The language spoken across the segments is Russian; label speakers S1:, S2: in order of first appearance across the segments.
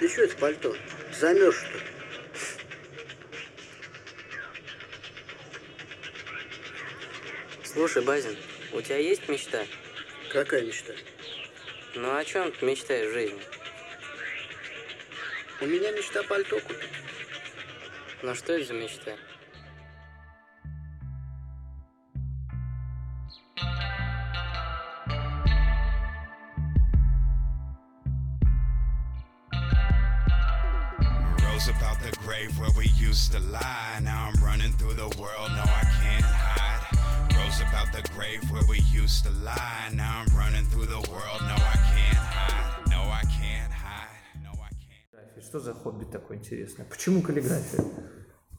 S1: Ты что это пальто? Замерз что ли?
S2: Слушай, Базин, у тебя есть мечта?
S1: Какая мечта?
S2: Ну о чем ты мечтаешь в жизни?
S1: У меня мечта пальто купить.
S2: Ну что это за мечта?
S3: Rose about the grave where we used to lie. Now I'm running through the world, no, I can't hide. Rose about the grave where we used to lie. Now I'm running through the world, no, I can't hide. No, I can't hide. No, I can't.
S4: Каллиграфия. Что за хобби такое интересное? Почему каллиграфия?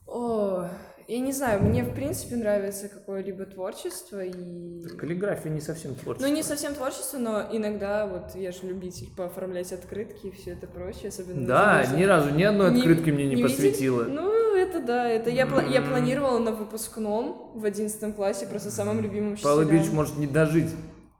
S5: О, я не знаю, мне в принципе нравится какое-либо творчество и...
S4: Каллиграфия не совсем
S5: Ну,
S4: творчество.
S5: не совсем творчество, но иногда вот я же любитель пооформлять открытки и все это прочее, особенно...
S4: Да,
S5: на
S4: ни разу ни одной
S5: Не-
S4: открытки мне не,
S5: не видели?
S4: посвятила. М-м.
S5: Ну, это да, это я, пла- я
S4: М.
S5: планировала на выпускном в 11 классе просто самым
S4: М-м.
S5: любимым
S4: Павел Ильич
S5: учителям.
S4: может не дожить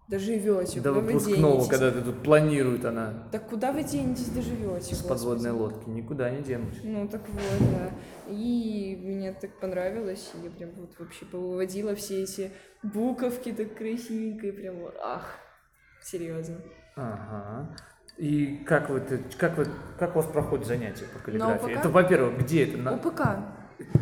S5: Доживете,
S4: до
S5: куда вы
S4: выпускного,
S5: денетесь?
S4: когда ты тут планирует она
S5: Так куда вы денетесь, доживете?
S4: с подводной лодки. Никуда не денусь.
S5: Ну, так вот, да. И мне так понравилось, и я прям вот вообще повыводила все эти буковки так красивенько, и прям вот, ах, серьезно.
S4: Ага. И как вы, это- как вы, как у вас проходят занятия по каллиграфии?
S5: УПК?
S4: Это, во-первых, где это? На,
S5: УПК.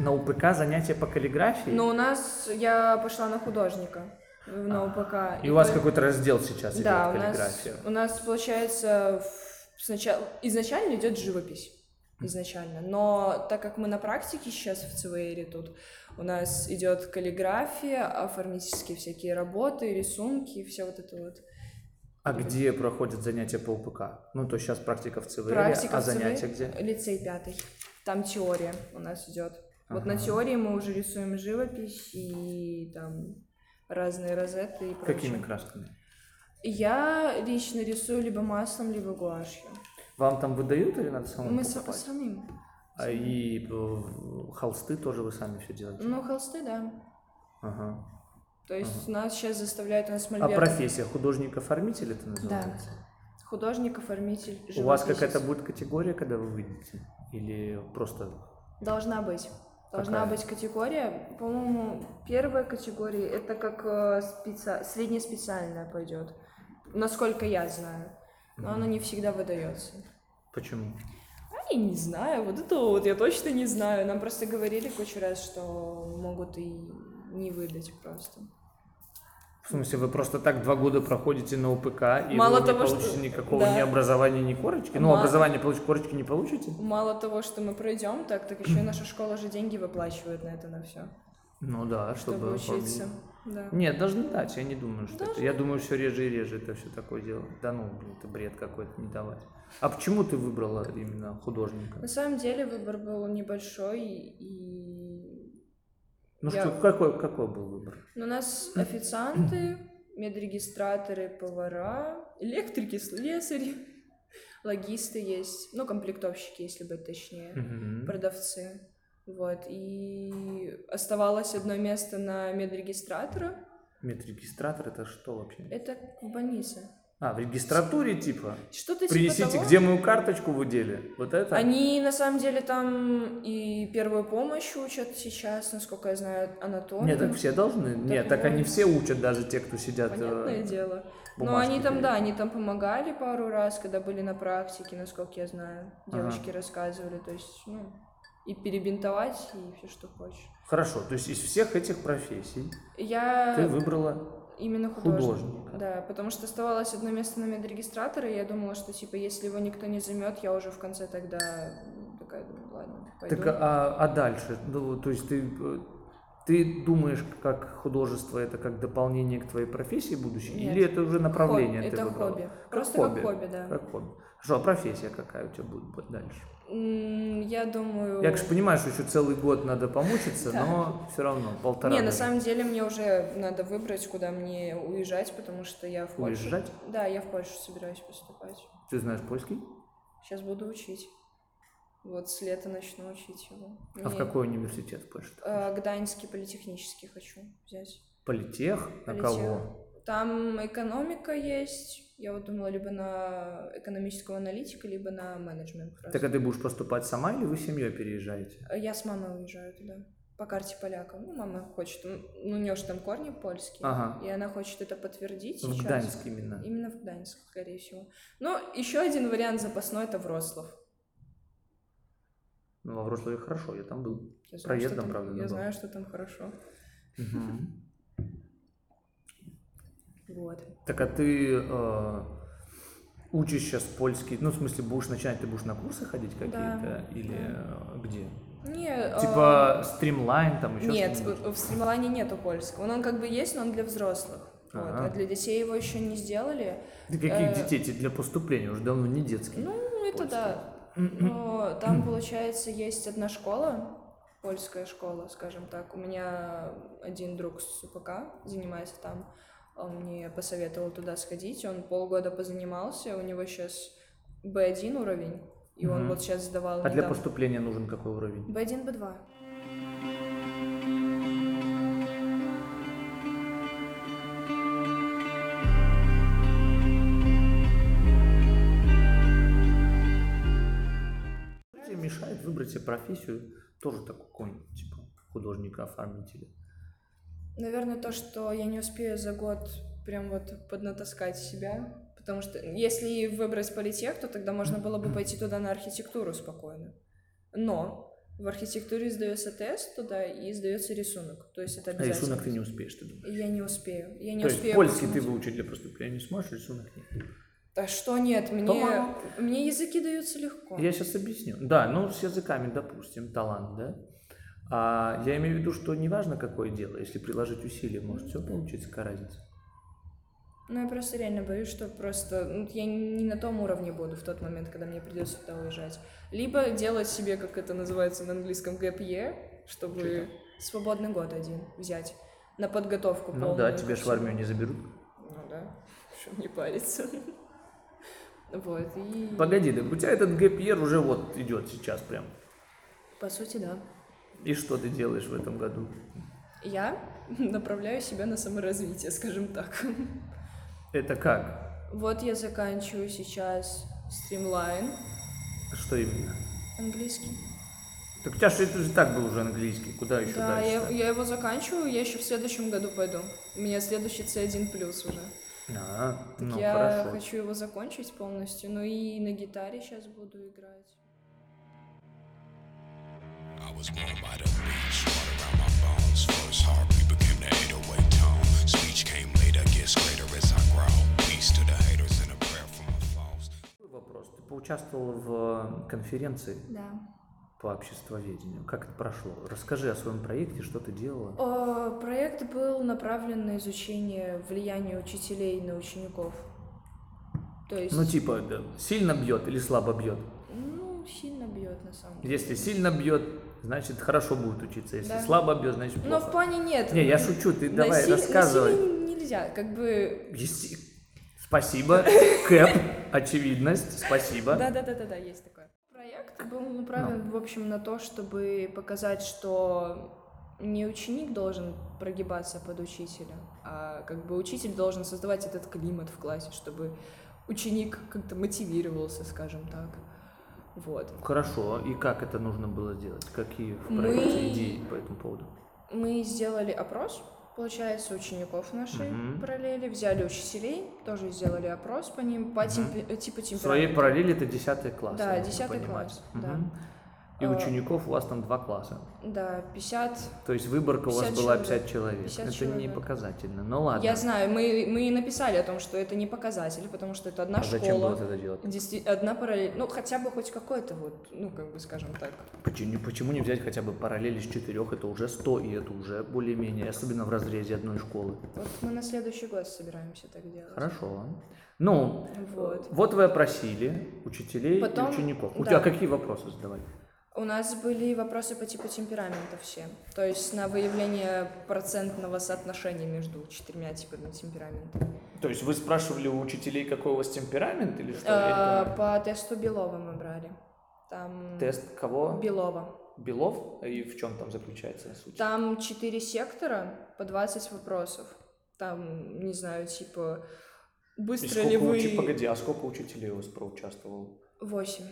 S4: на УПК занятия по каллиграфии?
S5: Но у нас, я пошла на художника э, на УПК.
S4: А. И у вас
S5: то-
S4: какой-то раздел сейчас
S5: Да, у
S4: идет
S5: нас,
S4: каллиграфия.
S5: у нас получается в- сначала, изначально идет живопись. Изначально. Но так как мы на практике сейчас в ЦВРе тут, у нас идет каллиграфия, оформительские всякие работы, рисунки, все вот это вот.
S4: А где проходят занятия по УПК? Ну, то сейчас практика в ЦВР,
S5: Практика
S4: а
S5: в ЦВР.
S4: занятия где?
S5: Лицей пятый. Там теория у нас идет. Вот на
S4: Ага.
S5: теории мы уже рисуем живопись и там разные розеты и прочее.
S4: Какими красками?
S5: Я лично рисую либо маслом, либо гуашью.
S4: Вам там выдают или надо самому
S5: Мы с-
S4: покупать?
S5: сравним.
S4: А и э, холсты тоже вы сами все делаете?
S5: Ну, холсты, да.
S4: Ага.
S5: То есть нас сейчас заставляют у нас
S4: А
S5: мольберт.
S4: профессия художник-оформитель это называется?
S5: Художник, оформитель,
S4: У вас
S5: живописец.
S4: какая-то будет категория, когда вы выйдете? Или просто...
S5: Должна быть. Должна
S4: Какая?
S5: быть категория. По-моему, первая категория это как э, спеца- среднеспециальная пойдет. Насколько я знаю. Но она не всегда выдается.
S4: Почему?
S5: А я не знаю, вот это вот я точно не знаю. Нам просто говорили кучу раз, что могут и не выдать просто.
S4: В смысле, вы просто так два года проходите на УПК, и
S5: Мало
S4: вы
S5: того,
S4: не
S5: что-
S4: получите никакого
S5: Да.
S4: ни образования, ни корочки? Ну,
S5: Мало-
S4: образование получить, корочки не получите?
S5: Мало того, что мы пройдем так, так еще и наша школа же деньги выплачивает на это на все,
S4: Ну да,
S5: чтобы
S4: чтобы... оформить.
S5: учиться. Да.
S4: Нет, должны дать, я не думаю, что это. Я думаю, все реже и реже это все такое дело. Да ну, блин, это бред какой-то не давать. А почему ты выбрала именно художника?
S5: На самом деле выбор был небольшой, и
S4: Ну
S5: Я-
S4: что, какой, какой был выбор?
S5: но у нас официанты, медрегистраторы, повара, электрики, слесари, логисты есть, ну, комплектовщики, если быть точнее,
S4: Мгм.
S5: продавцы. Вот, и оставалось одно место на медрегистратора,
S4: Медрегистратор это что вообще?
S5: это в больнице.
S4: А, в регистратуре типа?
S5: Что-то типа
S4: Принесите,
S5: того.
S4: где мою карточку вы дели? Вот это?
S5: Они на самом деле там и первую помощь учат сейчас, насколько я знаю, анатомию.
S4: Нет, так все должны. Нет, так
S5: вот.
S4: они все учат, даже те, кто сидят. э,
S5: Понятное дело. Но
S4: бумажки
S5: они там, да,
S4: перед.
S5: они там помогали пару раз, когда были на практике, насколько я знаю. Девочки рассказывали, то есть, ну, и перебинтовать, и все, что хочешь.
S4: Хорошо, то есть из всех этих профессий
S5: Я
S4: ты выбрала
S5: именно художник.
S4: художника.
S5: Да, потому что оставалось одно место на медрегистратора, и я думала, что, типа, если его никто не займет, я уже в конце тогда такая, думаю, ладно, пойду.
S4: Так, а, а дальше? Ну, то есть ты, э, ты думаешь, как художество это как дополнение к твоей профессии будущей?
S5: Нет.
S4: Или это уже направление
S5: Хоб-
S4: ты
S5: это
S4: выбрала?
S5: хобби.
S4: Как
S5: Просто как хобби, да.
S4: Как хобби. Хорошо, а профессия какая у тебя будет б- дальше?
S5: М, Я думаю...
S4: Я, конечно, понимаю, что еще целый год надо помучиться,
S5: Э, Да.
S4: но все равно полтора
S5: Не, на
S4: даже.
S5: самом деле мне уже надо выбрать, куда мне уезжать, потому что я в Польшу.
S4: Уезжать?
S5: Да, я в Польшу собираюсь поступать.
S4: Ты знаешь польский?
S5: Сейчас буду учить. Вот с лета начну учить его. э,
S4: А в
S5: Мне,
S4: какой университет в Польше? ты хочешь?
S5: э, Гданьский политехнический хочу взять.
S4: Политех? На
S5: Политех.
S4: кого?
S5: Там экономика есть. Я вот думала либо на экономического аналитика, либо на менеджмент. как раз.
S4: Так а ты будешь поступать сама или вы семьей переезжаете?
S5: Я с мамой уезжаю туда. По карте поляка. Ну, мама хочет. м, Ну, у нее же там корни польские.
S4: Ага.
S5: И она хочет это подтвердить
S4: В
S5: сейчас.
S4: Гданьск именно.
S5: Именно в Гданьск, скорее всего. Ну, еще один вариант запасной это Вроцлав.
S4: Ну, во Вроцлаве хорошо, я там был.
S5: Я знаю,
S4: Проездом,
S5: что там-
S4: правда, ну
S5: Я
S4: добавил.
S5: знаю, что там хорошо.
S4: Мгм.
S5: Вот.
S4: Так а ты э, учишь сейчас польский, ну, в смысле, будешь начинать, ты будешь на курсы ходить какие-то? Или э, где?
S5: Не, а,
S4: Типа стримлайн там еще
S5: Нет, э,
S4: что-нибудь?
S5: в в Стрималане нету польского. Он, он как бы есть, но он для взрослых. Вот,
S4: Ага.
S5: а для детей его еще не сделали.
S4: Ты каких
S5: э,
S4: детей? Тебе для поступления уже давно не детский.
S5: Ну, это да.
S4: М-м.
S5: Но там, получается, есть одна школа, польская школа, скажем так. У меня один друг с УПК занимается там. Он мне посоветовал туда сходить. Он полгода позанимался. У него сейчас B1 уровень. И он
S4: Мгм.
S5: вот сейчас сдавал
S4: а для
S5: недавно.
S4: поступления нужен какой уровень?
S5: B1, B2.
S4: Тебе мешает выбрать себе профессию, тоже такой конь, типа А художника-оформителя.
S5: Наверное, то, что я не успею за год прям вот поднатаскать себя. Потому что если выбрать политех, то тогда можно было бы пойти туда на архитектуру спокойно. Но в архитектуре сдается тест туда и сдается рисунок. То есть это
S4: А
S5: обязательно.
S4: рисунок ты не успеешь, ты думаешь?
S5: Я не успею. Я не
S4: То
S5: успею.
S4: есть польский ты
S5: посмотреть.
S4: выучить для поступления не сможешь, рисунок нет.
S5: Да что нет, мне,
S4: По-моему-
S5: мне языки даются легко.
S4: Я сейчас объясню. Да, ну с языками, допустим, талант, да? А я имею в виду, что неважно, какое дело, если приложить усилия, может все получится, какая разница.
S5: Ну, я просто реально боюсь, что просто ну, я не на том уровне буду в тот момент, когда мне придется туда уезжать. Либо делать себе, как это называется на английском, gap year, чтобы свободный год один взять на подготовку
S4: Ну
S5: полную
S4: да,
S5: ко
S4: тебя ж в
S5: всему.
S4: армию не заберут.
S5: Ну да, чтоб не париться. Вот, и...
S4: Погоди, да у тебя этот гэпьер уже вот идет сейчас прям.
S5: По сути, да.
S4: И что ты делаешь в этом году?
S5: Я направляю себя на саморазвитие, скажем так.
S4: Это как?
S5: Вот я заканчиваю сейчас стримлайн
S4: Что именно?
S5: английский.
S4: Так у тебя же это же так был уже английский, куда еще
S5: Да,
S4: дальше?
S5: я, я его заканчиваю, я еще в следующем году пойду. У меня следующий C1 плюс уже.
S4: А,
S5: Так
S4: ну
S5: я
S4: хорошо.
S5: хочу его закончить полностью. Ну и на гитаре сейчас буду играть.
S3: I was born by the beach, water around my bones. First heartbeat became the 808 tone. Speech came later, gets greater as I grow. Peace to the haters and a prayer for my foes.
S4: Такой Вопрос. Ты поучаствовал в э, конференции
S5: Да.
S4: по обществоведению. Как это прошло? Расскажи о своем проекте, что ты делала.
S5: Э, Проект был направлен на изучение влияния учителей на учеников. То есть,
S4: Ну типа, да, сильно бьет или слабо бьет?
S5: ну, сильно бьет на самом деле.
S4: Если сильно бьет, значит хорошо будет учиться. Если
S5: Да.
S4: слабо бьет, значит
S5: Но
S4: плохо.
S5: в плане нет.
S4: Не, я шучу, ты давай
S5: Насиль-
S4: рассказывай.
S5: насилие нельзя, как бы...
S4: Еси- Спасибо, Кэп, очевидность, спасибо.
S5: Да, да, да, да, да, есть такое. Проект был направлен, в общем, на то, чтобы показать, что не ученик должен прогибаться под учителя, а как бы учитель должен создавать этот климат в классе, чтобы ученик как-то мотивировался, скажем так. Вот.
S4: Хорошо, и как это нужно было сделать? Какие в
S5: Мы-
S4: проекте идеи по этому поводу?
S5: Мы сделали опрос, получается, учеников нашей
S4: Мгм.
S5: параллели, взяли учителей, тоже сделали опрос по ним, по темпе- э, типу
S4: В
S5: темпераменту.
S4: своей параллели это 10 класс.
S5: Да,
S4: я нужно
S5: 10
S4: понимать.
S5: класс, да.
S4: Мгм. И
S5: Э,
S4: учеников у вас там два класса.
S5: Да, 50
S4: То есть выборка у вас
S5: 50
S4: была
S5: человек.
S4: 50 человек.
S5: 50
S4: это не
S5: человек.
S4: показательно. Ну ладно.
S5: Я знаю, мы, мы и написали о том, что это не показатель, потому что это одна
S4: а зачем
S5: школа.
S4: было это делать?
S5: Действи- одна параллель. Ну, хотя бы хоть какой-то вот, ну, как бы, скажем так.
S4: Почему, почему не взять хотя бы параллели с четырех? Это уже 100, и это уже более-менее, особенно в разрезе одной школы.
S5: Вот мы на следующий год собираемся так делать.
S4: Хорошо. Ну,
S5: Вот.
S4: вот вы опросили учителей
S5: Потом-
S4: и учеников. У
S5: да.
S4: тебя какие вопросы задавали?
S5: У нас были вопросы по типу темперамента все. То есть на выявление процентного соотношения между четырьмя типами темперамента.
S4: То есть вы спрашивали у учителей, какой у вас темперамент или что? Я
S5: Э,
S4: не понимаю.
S5: По тесту Белова мы брали. Там...
S4: Тест кого?
S5: Белова.
S4: Белов? И в чем там заключается суть?
S5: Там четыре сектора по 20 вопросов. Там, не знаю, типа,
S4: И
S5: быстро ли
S4: сколько
S5: вы...
S4: учи- Погоди, а сколько учителей у вас проучаствовало?
S5: Восемь.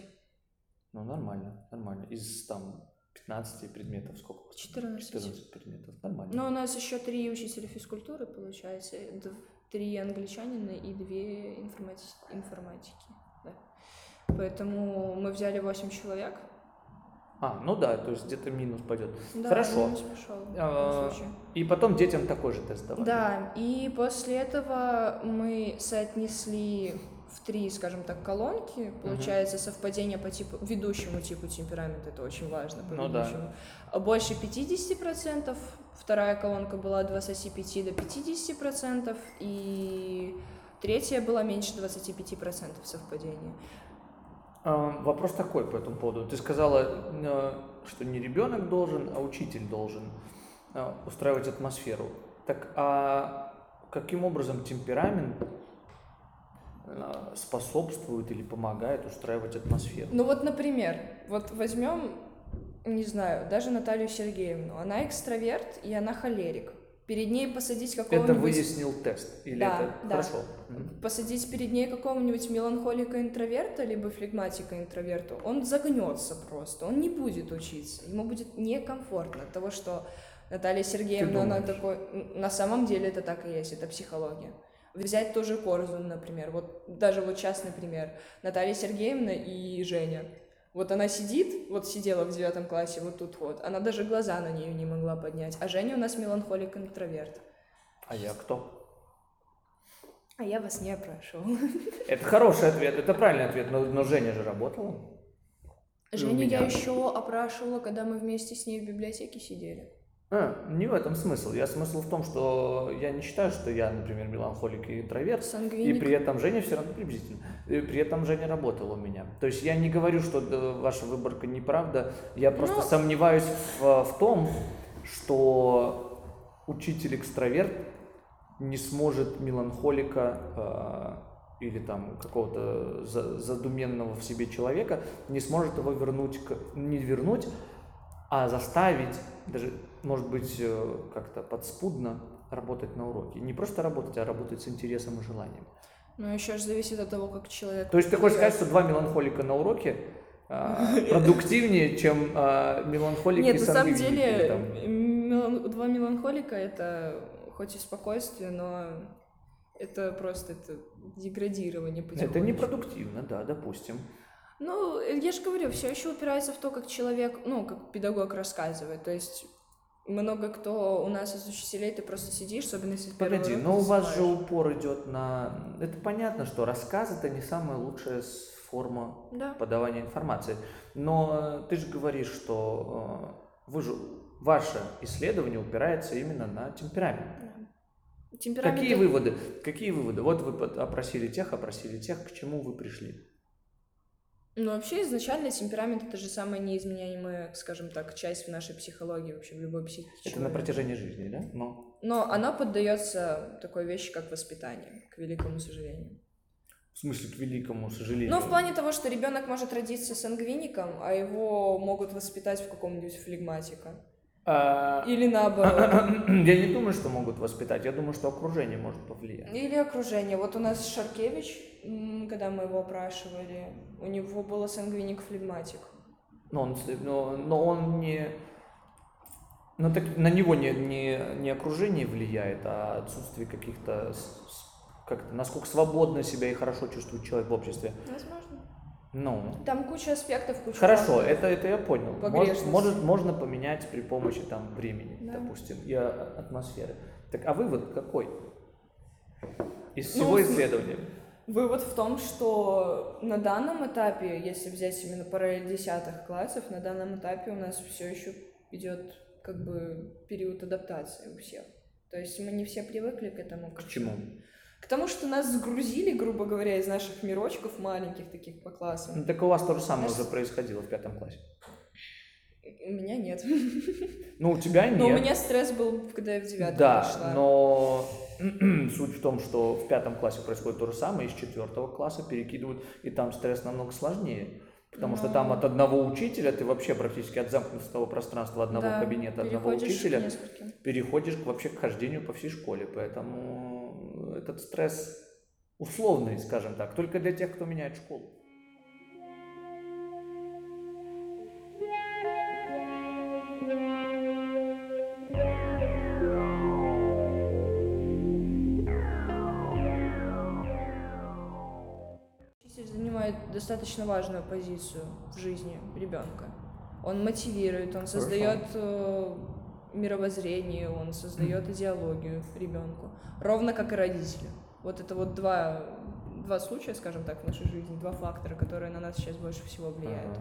S4: Ну, нормально, нормально. Из там 15 предметов сколько? у вас?
S5: 14.
S4: 14 предметов, нормально.
S5: Но у нас еще три учителя физкультуры, получается, д- три англичанина и две информати- информатики. да. Поэтому мы взяли восемь человек.
S4: А, ну да, то есть где-то минус пойдет.
S5: Да,
S4: Хорошо.
S5: минус пошел в
S4: А,
S5: любом случае.
S4: И потом детям такой же тест давали.
S5: Да, и после этого мы соотнесли в три, скажем так, колонки. Получается совпадение по типу ведущему типу темперамента, это очень важно. По
S4: Ну да.
S5: ведущему. А Больше 50%, вторая колонка была от 25 до 50%, и третья была меньше 25% совпадения.
S4: А, Вопрос такой по этому поводу. Ты сказала, э, что не ребенок должен, а учитель должен э, устраивать атмосферу. Так а каким образом темперамент э, способствует или помогает устраивать атмосферу?
S5: Ну вот, например, вот возьмем, не знаю, даже Наталью Сергеевну. Она экстраверт, и она холерик. Перед ней посадить какого-нибудь...
S4: Это выяснил тест? Или
S5: Да,
S4: это
S5: да.
S4: хорошо? Мгм.
S5: посадить перед ней какого-нибудь меланхолика-интроверта, либо флегматика-интроверта, он загнется просто, он не будет учиться, ему будет некомфортно от того, что Наталья Сергеевна, она
S4: думаешь?
S5: такой... Н- На самом деле это так и есть, это психология. Взять тоже Корзун, например, вот даже вот частный пример. Наталья Сергеевна и Женя. Вот она сидит, вот сидела в девятом классе, вот тут вот, она даже глаза на нее не могла поднять, а Женя у нас меланхолик-интроверт.
S4: А я кто?
S5: А я вас не опрашивала.
S4: Это хороший ответ, это правильный ответ, но, но Женя же работала.
S5: Женю
S4: меня.
S5: я еще опрашивала, когда мы вместе с ней в библиотеке сидели.
S4: А, не в этом смысл. Я смысл в том, что я не считаю, что я, например, меланхолик и интроверт, И
S5: Сангвиник.
S4: при этом Женя все равно приблизительно. И при этом Женя работала у меня. То есть я не говорю, что э, ваша выборка неправда. Я просто
S5: Ну-
S4: сомневаюсь в, в том, что учитель-экстраверт не сможет меланхолика э, или там какого-то за- задуменного в себе человека, не сможет его вернуть, к- не вернуть, а заставить, даже, может быть, э, как-то подспудно работать на уроке. Не просто работать, а работать с интересом и желанием.
S5: Но еще же Ну, зависит от того, как человек...
S4: То есть ты хочешь сказать, что два меланхолика на уроке а, продуктивнее, чем а, меланхолик и
S5: Нет, на самом
S4: сангвиник, или
S5: деле,
S4: там-
S5: мелан- два меланхолика — это хоть и спокойствие, но это просто это деградирование
S4: Это
S5: потихонечку.
S4: непродуктивно, да, допустим.
S5: Ну, э, я же говорю, все еще упирается в то, как человек, ну, как педагог рассказывает. То есть много кто у нас из учителей, ты просто сидишь, особенно если первый
S4: Погоди,
S5: урок
S4: но у вас же
S5: засыпаешь.
S4: упор идет на... Это понятно, что рассказ это не самая лучшая с- форма
S5: Да.
S4: подавания информации. Но э, ты же говоришь, что э, вы же, ваше исследование упирается именно на темперамент.
S5: Темперамент
S4: Какие
S5: это-
S4: выводы? Какие выводы? Вот вы под- опросили тех, опросили тех, к чему вы пришли.
S5: Ну, вообще, изначально темперамент — это же самая неизменяемая, скажем так, часть в нашей психологии, вообще в любой психике.
S4: Это на
S5: человека.
S4: протяжении жизни, да? Ну,
S5: Но она поддается такой вещи, как воспитание, к великому сожалению.
S4: в смысле, к великому сожалению.
S5: Ну, в плане того, что ребенок может родиться сангвиником, а его могут воспитать в каком-нибудь флегматика.
S4: А,
S5: Или наоборот.
S4: Я не думаю, что могут воспитать. Я думаю, что окружение может повлиять.
S5: Или окружение. Вот у нас Шаркевич, м, когда мы его опрашивали, у него было сангвиник-флегматик.
S4: Но он, с- но, но он не... Ну, так на него не, не, не окружение влияет, а отсутствие каких-то... с- с- Как, насколько свободно себя и хорошо чувствует человек в обществе.
S5: Возможно.
S4: Ну,
S5: Там куча аспектов, куча...
S4: Хорошо,
S5: факторов.
S4: это, это я понял. Может,
S5: Погрешность.
S4: может- можно поменять при помощи там времени,
S5: Да.
S4: допустим, и а- атмосферы. Так, а вывод какой? Из
S5: Ну,
S4: всего
S5: в смы-
S4: исследования.
S5: Вывод в том, что на данном этапе, если взять именно параллель десятых классов, на данном этапе у нас все еще идет как бы период адаптации у всех. То есть мы не все привыкли к этому.
S4: К чему?
S5: К тому, что нас сгрузили, грубо говоря, из наших мирочков маленьких таких по
S4: Ну,
S5: классам.
S4: так у вас то же самое
S5: Знаешь,
S4: уже происходило в пятом классе.
S5: У меня нет.
S4: Ну, у тебя нет.
S5: Но у меня стресс был, когда я в девятом
S4: да,
S5: пришла.
S4: но суть в том, что в пятом классе происходит то же самое, из четвертого класса перекидывают, и там стресс намного сложнее. Потому что
S5: Ну.
S4: там от одного учителя ты вообще практически от замкнутого пространства одного
S5: Да,
S4: кабинета, одного
S5: переходишь к
S4: учителя
S5: нескольким.
S4: переходишь к- вообще к хождению по всей школе. Поэтому этот стресс условный, скажем так, только для тех, кто меняет школу.
S5: Учитель занимает достаточно важную позицию в жизни ребенка. Он мотивирует, он создает э, мировоззрение, он создает идеологию ребенку, ровно как и родители. Вот это вот два, два случая, скажем так, в нашей жизни, два фактора, которые на нас сейчас больше всего влияют.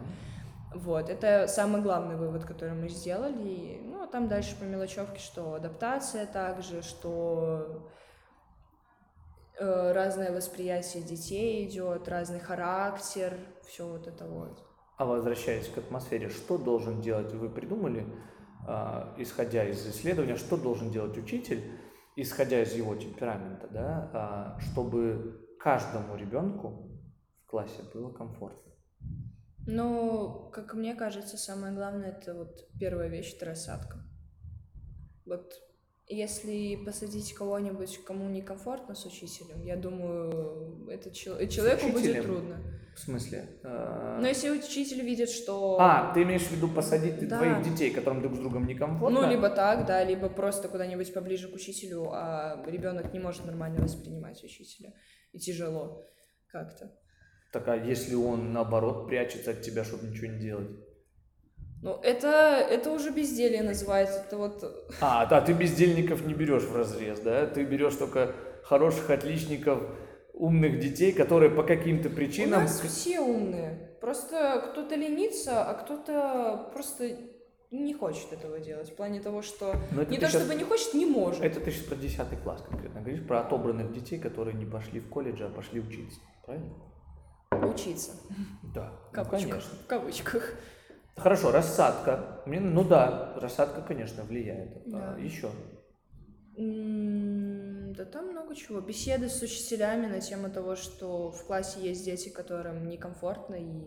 S5: Вот, это самый главный вывод, который мы сделали. И, Ну, а там дальше по мелочевке, что адаптация также, что э, разное восприятие детей идет, разный характер, все вот это вот.
S4: А возвращаясь к атмосфере, что должен делать, вы придумали, а, исходя из исследования, что должен делать учитель, исходя из его темперамента, да, а, чтобы каждому ребенку в классе было комфортно.
S5: Но, Ну, как мне кажется, самое главное это вот первая вещь это рассадка. Вот если посадить кого-нибудь, кому некомфортно с учителем, я думаю, этот чел- человеку будет
S4: учителем?
S5: трудно.
S4: В смысле? а,
S5: Но если учитель видит, что
S4: А, ты имеешь в виду посадить
S5: Да.
S4: твоих детей, которым друг с другом некомфортно?
S5: Ну, либо так, да, либо просто куда-нибудь поближе к учителю, а ребенок не может нормально воспринимать учителя. И тяжело как-то.
S4: Так, а если он, наоборот, прячется от тебя, чтобы ничего не делать?
S5: Ну, это, это уже безделье называется. Это вот...
S4: А, да, ты бездельников не берешь в разрез, да? Ты берешь только хороших отличников, умных детей, которые по каким-то
S5: У
S4: причинам...
S5: нас все умные. Просто кто-то ленится, а кто-то просто не хочет этого делать. В плане того, что...
S4: Но это
S5: Не
S4: ты
S5: то
S4: щас-
S5: чтобы не хочет, не может.
S4: Это ты сейчас про 10 класс конкретно говоришь, про отобранных детей, которые не пошли в колледж, а пошли учиться, правильно?
S5: Учиться.
S4: Да,
S5: В
S4: ну,
S5: кавычках.
S4: конечно.
S5: В кавычках.
S4: Хорошо, рассадка. Мне, ну да, рассадка, конечно, влияет. А,
S5: Да.
S4: еще.
S5: М, Да там много чего. Беседы с учителями на тему того, что в классе есть дети, которым некомфортно, и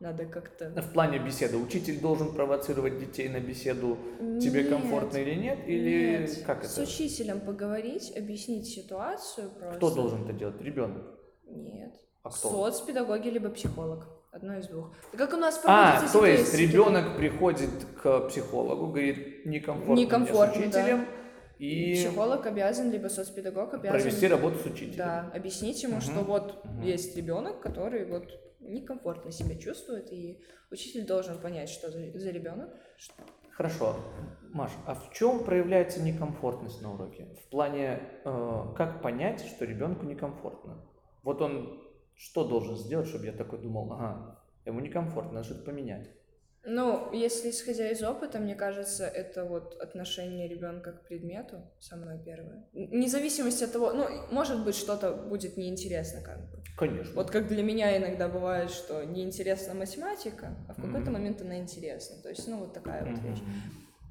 S5: надо как-то...
S4: В плане беседы. Учитель должен провоцировать детей на беседу, А тебе
S5: Нет,
S4: комфортно или нет? Или
S5: нет.
S4: как
S5: С
S4: это?
S5: учителем поговорить, объяснить ситуацию просто.
S4: Кто должен это делать? Ребенок.
S5: Нет.
S4: А кто?
S5: Соцпедагоги либо психолог. Одно из двух. Да как у нас
S4: А,
S5: проводятся
S4: то есть
S5: тесты?
S4: ребенок приходит к психологу, говорит, некомфортно, мне
S5: Некомфортно,
S4: с учителем, и
S5: Психолог обязан, либо соцпедагог обязан...
S4: провести работу с учителем.
S5: Да, объяснить ему,
S4: Мгм.
S5: что вот
S4: Мгм.
S5: есть ребенок, который вот некомфортно себя чувствует, и учитель должен понять, что за, ребенок.
S4: Хорошо. Маш, а в чем проявляется некомфортность на уроке? В плане, э, как понять, что ребенку некомфортно? Вот он что должен сделать, чтобы я такой думал, ага, ему некомфортно, надо что-то поменять.
S5: Ну, если исходя из опыта, мне кажется, это вот отношение ребенка к предмету самое первое. Н- Вне зависимости от того, ну, может быть, что-то будет неинтересно как бы.
S4: Конечно.
S5: Вот как для меня иногда бывает, что неинтересна математика, а в какой-то
S4: Мгм.
S5: момент она интересна. То есть, ну, вот такая вот
S4: Мгм.
S5: вещь.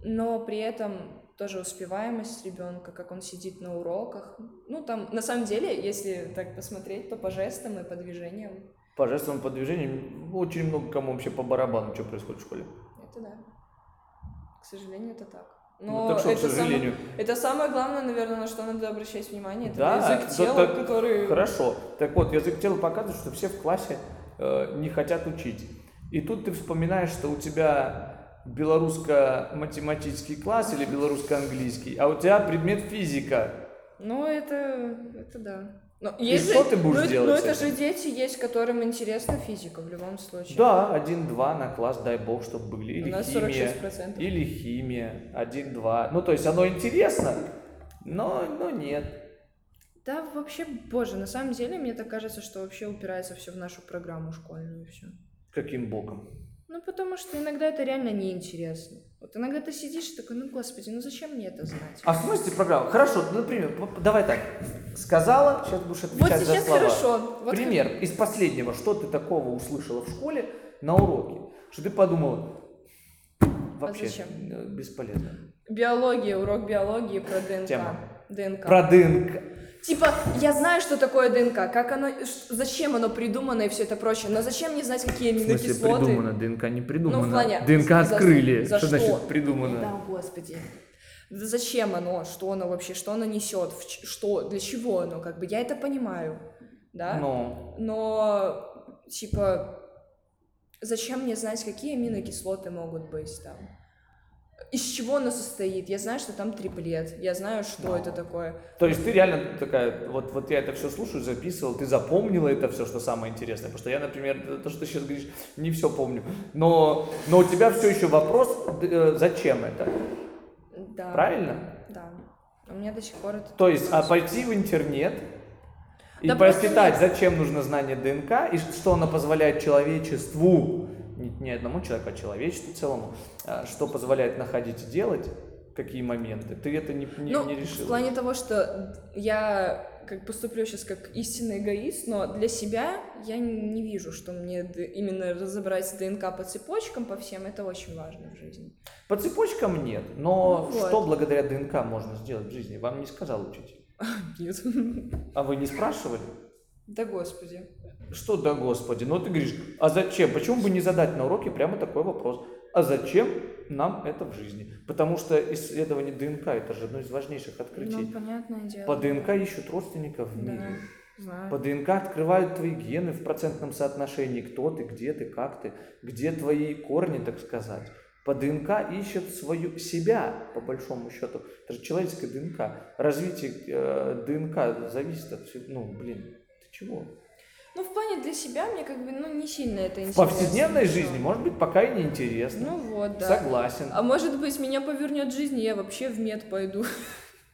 S5: но при этом тоже успеваемость ребенка, как он сидит на уроках. Ну, там, на самом деле, если так посмотреть, то по жестам и по движениям
S4: По жестовым по движениям очень много кому вообще по барабану, что происходит в школе.
S5: это да. К сожалению, это так.
S4: Ну,
S5: Но
S4: так что, к
S5: это, самое,
S4: сожалению.
S5: это самое главное, наверное, на что надо обращать внимание. Это
S4: Да,
S5: язык
S4: да
S5: тела,
S4: так
S5: который...
S4: Хорошо. Так вот, язык тела показывает, что все в классе э, не хотят учить. И тут ты вспоминаешь, что у тебя белорусско-математический класс или белорусско-английский, а у тебя предмет физика.
S5: Ну, это... это да. Но
S4: И
S5: есть
S4: что
S5: же-
S4: ты будешь
S5: ну, это-
S4: делать
S5: Ну,
S4: с
S5: это
S4: этим?
S5: же дети есть, которым интересна физика в любом случае.
S4: Да, 1-2 на класс, дай бог, чтобы были.
S5: У
S4: Или
S5: нас
S4: химия.
S5: 46%.
S4: Или химия. 1-2. Ну, то есть оно интересно, но, но нет.
S5: Да, вообще, боже, на самом деле, мне так кажется, что вообще упирается все в нашу программу школьную и все.
S4: Каким боком?
S5: Ну, потому что иногда это реально неинтересно. Вот иногда ты сидишь и такой, ну, господи, ну зачем мне это знать?
S4: А в смысле программа? Хорошо, ну, например, п- п- давай так. Сказала, сейчас будешь
S5: вот
S4: отвечать за
S5: сейчас
S4: слова.
S5: хорошо. Вот
S4: Пример из последнего, что ты такого услышала в школе на уроке, что ты подумала, вообще
S5: зачем?
S4: э, бесполезно.
S5: как- Биология, урок биологии про ДНК.
S4: Тема.
S5: ДНК.
S4: Про ДНК.
S5: Типа, я знаю, что такое ДНК, как оно, ш- зачем оно придумано и все это прочее, но зачем мне знать, какие
S4: В смысле,
S5: аминокислоты?
S4: придумано, ДНК не придумано.
S5: Ну, плане,
S4: ДНК
S5: за-
S4: открыли.
S5: за
S4: что,
S5: что?
S4: значит придумано?
S5: Да, господи. Да Зачем оно? Что оно вообще? Что оно несет? В ч- Что? Для чего оно? Как бы я это понимаю, да?
S6: Но
S5: Но, типа, зачем мне знать, какие аминокислоты могут быть там? Из чего оно состоит? Я знаю, что там триплет. Я знаю, что это такое.
S6: То есть ты реально такая, вот, вот я это все слушаю, записывал, ты запомнила это все, что самое интересное. Потому что я, например, то, что ты сейчас говоришь, не все помню. Но, но у тебя все еще вопрос, э, зачем это?
S5: Да.
S6: Правильно?
S5: Да. У меня до сих пор это...
S6: То есть, а пойти в интернет и
S5: Да просто
S6: посчитать, зачем нужно знание ДНК и ш- что оно позволяет человечеству, не, не одному человеку, а человечеству целому, а, что позволяет находить и делать, какие моменты, ты это не, не,
S5: ну,
S6: не
S5: в
S6: решил.
S5: плане того, что я как поступлю сейчас как истинный эгоист, но для себя я н- не вижу, что мне д- именно разобрать ДНК по цепочкам, по всем, это очень важно в жизни.
S6: По цепочкам нет, но
S5: Ну вот.
S6: что благодаря ДНК можно сделать в жизни, вам не сказал учитель.
S5: Нет.
S6: А вы не спрашивали?
S5: Да господи.
S6: Что да господи, ну ты говоришь, а зачем? Почему бы не задать на уроке прямо такой вопрос? А зачем нам это в жизни? Потому что исследование ДНК это же одно из важнейших
S5: Ну,
S6: открытий.
S5: понятное дело.
S6: По ДНК ищут родственников в
S5: Да,
S6: мире.
S5: знаю.
S6: По ДНК открывают твои гены в процентном соотношении, кто ты, где ты, как ты, где твои корни, так сказать. По ДНК ищет свою себя, по большому счету. Это же человеческая ДНК. Развитие э, ДНК зависит от всего. Ну, блин, ты чего?
S5: Ну, в плане для себя мне как бы, ну, не сильно это
S6: В
S5: интересно.
S6: повседневной
S5: всё.
S6: жизни, может быть, пока и не интересно.
S5: Ну вот, да.
S6: Согласен.
S5: А может быть, меня повернет жизнь, и я вообще в мед пойду.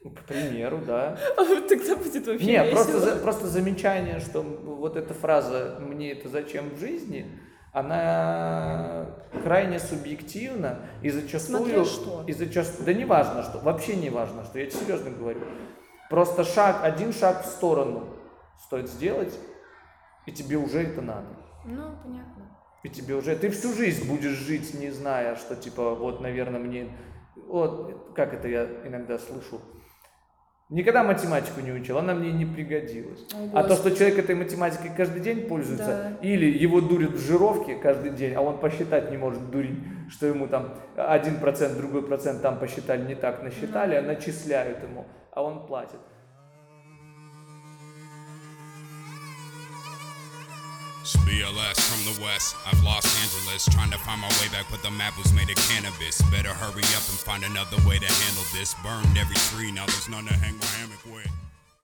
S6: Ну, К примеру, да.
S5: А вот тогда будет вообще
S6: Не,
S5: весело.
S6: просто, за- просто замечание, что вот эта фраза «мне это зачем в жизни», она крайне субъективна и
S5: Смотря
S6: зачастую...
S5: что.
S6: И зачастую... Да не важно что, вообще не важно что, я тебе серьезно говорю. Просто шаг, один шаг в сторону стоит сделать, и тебе уже это надо.
S5: Ну, понятно.
S6: И тебе уже, ты всю жизнь будешь жить, не зная, что типа, вот, наверное, мне, вот, как это я иногда слышу, никогда математику не учил, она мне не пригодилась.
S5: О,
S6: а то, что человек этой математикой каждый день пользуется, или его дурят в жировке каждый день, а он посчитать не может дурить, что ему там один процент, другой процент там посчитали не так, насчитали, а начисляют ему, а он платит.
S3: BLS from the west of Los Angeles, trying to find my way back, but the map was made of cannabis. Better hurry up and find another way to handle this. Burned every tree, now there's none to hang my hammock with.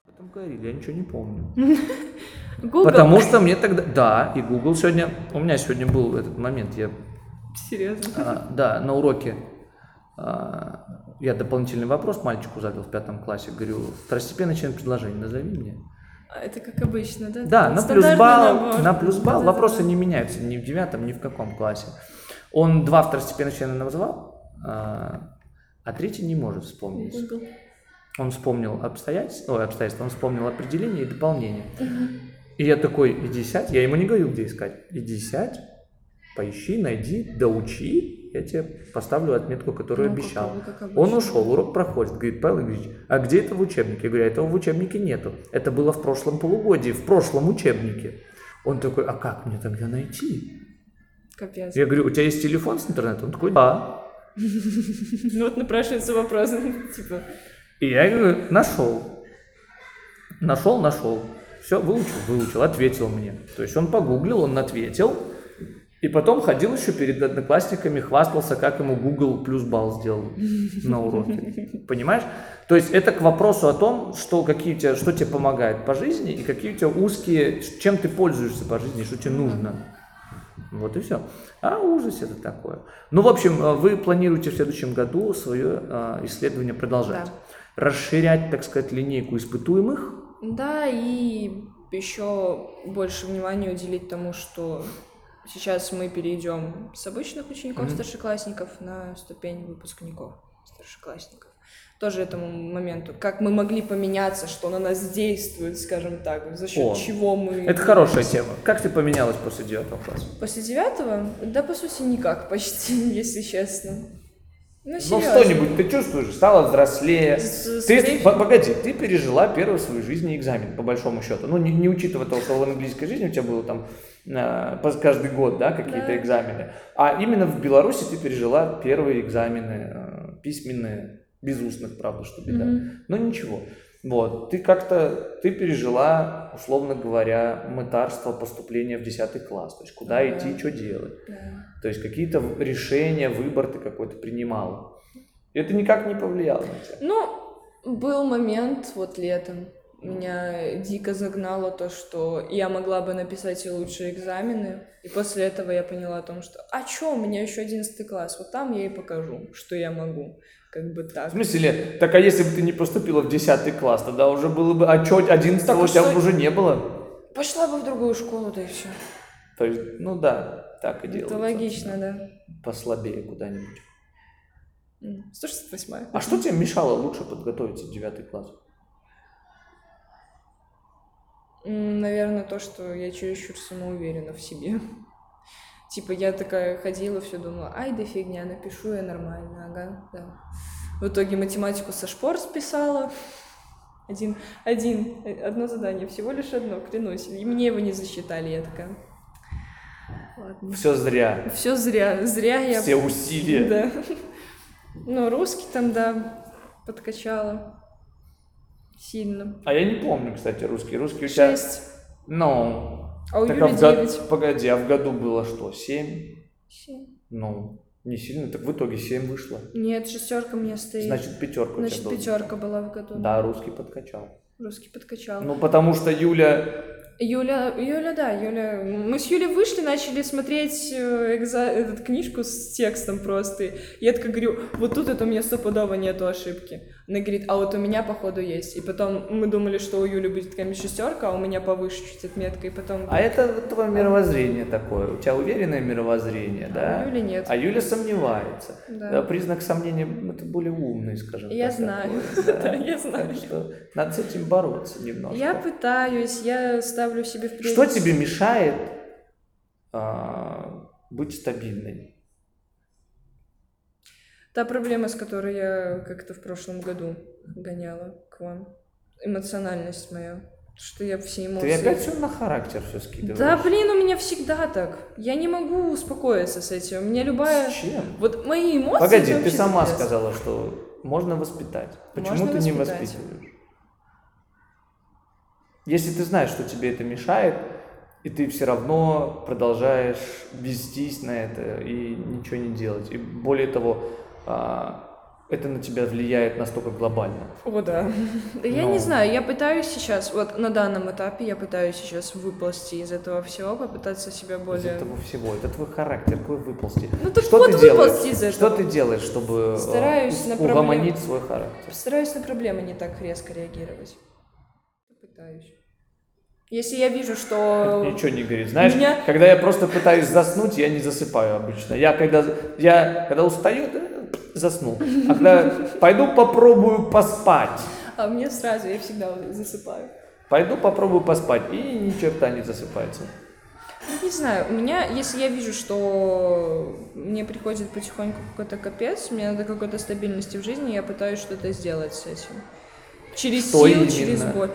S4: Об этом говорили, я ничего не помню.
S5: Google.
S4: Потому что мне тогда... Да, и Google сегодня... У меня сегодня был этот момент, я...
S5: Серьезно.
S4: а, да, на уроке а, я дополнительный вопрос мальчику задал в пятом классе, говорю, второстепенное член предложение назови мне.
S5: А Это как обычно, да?
S4: Да,
S5: Тут
S4: на плюс
S5: стандартный
S4: балл,
S5: набор.
S4: на плюс балл.
S5: Да-да-да.
S4: Вопросы не меняются ни в девятом, ни в каком классе. Он два второстепенных члена назвал, а а третий не может вспомнить.
S5: Google.
S4: Он вспомнил обстоятельства, ой, обстоятельства, он вспомнил определение и дополнение. И я такой, иди сядь, я ему не говорил, где искать. Иди сядь, поищи, найди, доучи, я тебе поставлю отметку, которую
S5: Ну, как-
S4: обещал.
S5: как обычно.
S4: Он ушел, урок проходит, говорит, Павел Игоревич, а где это в учебнике? Я говорю, «А этого в учебнике нету. Это было в прошлом полугодии, в прошлом учебнике. Он такой, а как мне тогда найти?
S5: Капец.
S4: Я говорю, у тебя есть телефон с интернетом? Он такой, да.
S5: Ну вот напрашивается вопрос, типа,
S4: И я говорю, нашел. Нашел, нашел. Все, выучил, выучил, ответил мне. То есть он погуглил, он ответил. И потом ходил еще перед одноклассниками, хвастался, как ему Google плюс балл сделал на уроке. Понимаешь? То есть это к вопросу о том, что, какие у тебя, что тебе помогает по жизни и какие у тебя узкие, чем ты пользуешься по жизни, что тебе нужно. Вот и все. А ужас это такое. Ну, в общем, э, вы планируете в следующем году свое э, исследование продолжать. Расширять, так сказать, линейку испытуемых.
S5: Да, и еще больше внимания уделить тому, что сейчас мы перейдем с обычных учеников старшеклассников на ступень выпускников старшеклассников. Тоже этому моменту, как мы могли поменяться, что на нас действует, скажем так, за счет
S4: О,
S5: чего мы.
S4: Это хорошая тема. Как ты поменялась после
S5: Ну,
S4: девятого класса?
S5: После девятого, да, по сути, никак почти, если честно. Ну,
S4: Ну
S5: серьезно.
S4: что-нибудь ты чувствуешь, стала взрослее.
S5: С-
S4: Ты,
S5: скорее-
S4: по- погоди, ты пережила первый в своей жизни экзамен, по большому счету. Ну, не, не учитывая того, что в английской жизни у тебя было там э, поз- каждый год, да, какие-то
S5: Да.
S4: экзамены. А именно в Беларуси ты пережила первые экзамены э, письменные, без устных, правда, что беда.
S5: Мгм.
S4: Но ничего. Вот, ты как-то, ты пережила, условно говоря, мытарство поступления в 10 класс. То есть, куда
S5: Да.
S4: идти, что делать.
S5: Да.
S4: То есть, какие-то в- решения, выбор ты какой-то принимала. И это никак не повлияло на тебя.
S5: Ну, был момент вот летом. Меня дико загнало то, что я могла бы написать и лучшие экзамены. И после этого я поняла о том, что а чё, у меня еще 11 класс, вот там я и покажу, что я могу. Как бы
S4: В
S5: так.
S4: смысле, так а если бы ты не поступила в 10 класс, тогда уже было бы, а чё, 11
S5: Так
S4: у
S5: и
S4: тебя
S5: что?
S4: бы уже не было?
S5: Пошла бы в другую школу, да и все.
S4: То есть, ну да, так и делается.
S5: Это логично, да.
S4: Послабее куда-нибудь.
S5: М, 168
S4: А что тебе мешало лучше подготовиться в 9 класс?
S5: М, Наверное, то, что я чересчур самоуверена в себе. Типа я такая ходила, все думала, ай да фигня, напишу я нормально, ага, да. В итоге математику со шпор списала. Один, один, э, одно задание, всего лишь одно, клянусь. И мне его не засчитали, я такая. Ладно.
S4: Все зря.
S5: Все зря, зря я...
S4: Все усилия.
S5: Да. Ну, русский там, да, подкачала. Сильно.
S4: А я не помню, кстати, русский. Русский у тебя...
S5: Шесть.
S4: Ну,
S5: А у
S4: так
S5: Юли
S4: а в год-
S5: девять.
S4: Погоди, а в году было что, 7?
S5: Семь.
S4: Ну, не сильно, так в итоге 7 вышло.
S5: Нет, шестерка мне стоит.
S4: Значит, пятерка у тебя
S5: Значит,
S4: была.
S5: пятерка была в году.
S4: Да, русский подкачал.
S5: Русский подкачал.
S4: Ну, потому что Юля...
S5: Юля, Юля, да, Юля. Мы с Юлей вышли, начали смотреть э, экза- этот книжку с текстом просто. И Я такая говорю, вот тут это у меня стопудово нету ошибки. Она говорит, а вот у меня, походу, есть. И потом мы думали, что у Юли будет такая шестерка, а у меня повыше чуть отметка, и потом...
S4: А это вот твое мировоззрение такое. У тебя уверенное мировоззрение, да?
S5: у Юли нет.
S4: А Юля сомневается.
S5: Да.
S4: Э, Признак сомнения ну, это более умный, скажем
S5: Я
S4: так,
S5: знаю.
S4: такой,
S5: Да, я знаю.
S4: Так что надо с этим бороться немножко.
S5: Я пытаюсь, я ставлю себе в
S4: Что тебе мешает а, быть стабильной?
S5: Та проблема, с которой я как-то в прошлом году гоняла к вам. Эмоциональность моя. Что я все эмоции...
S4: Ты опять все на характер все скидываешь.
S5: Да, блин, у меня всегда так. Я не могу успокоиться с этим. У меня любая...
S4: С чем?
S5: Вот мои эмоции...
S4: Погоди,
S5: это
S4: ты
S5: вообще
S4: сама
S5: пиздец.
S4: сказала, что можно воспитать. Почему
S5: Можно
S4: ты
S5: воспитать.
S4: не воспитываешь? Если ты знаешь, что тебе это мешает, и ты все равно продолжаешь вестись на это и ничего не делать. И более того, а, это на тебя влияет настолько глобально.
S5: О, да. Да Я
S4: Но.
S5: не знаю, я пытаюсь сейчас, вот на данном этапе я пытаюсь сейчас выползти из этого всего, попытаться себя
S4: Из
S5: более...
S4: этого всего. Это твой характер, твой выползти.
S5: Ну так
S4: Что
S5: вот
S4: ты
S5: выползти
S4: делаешь?
S5: из этого.
S4: Что ты делаешь, чтобы э,
S5: Стараюсь
S4: у-
S5: на проблем-
S4: угомонить свой характер?
S5: Постараюсь на проблемы не так резко реагировать. Пытаюсь. Если я вижу, что...
S4: Ничего не горит. Знаешь,
S5: Эм, Меня-
S4: когда я просто пытаюсь заснуть, я не засыпаю обычно. Я когда, я, когда устаю, да, заснул. А когда пойду попробую поспать.
S5: А мне сразу, я всегда засыпаю.
S4: Пойду попробую поспать. И ни черта не засыпается.
S5: Ну, Не знаю, у меня, если я вижу, что мне приходит потихоньку какой-то капец, мне надо какой-то стабильности в жизни, я пытаюсь что-то сделать с этим. Через
S4: Что
S5: силу,
S4: именно?
S5: через боль.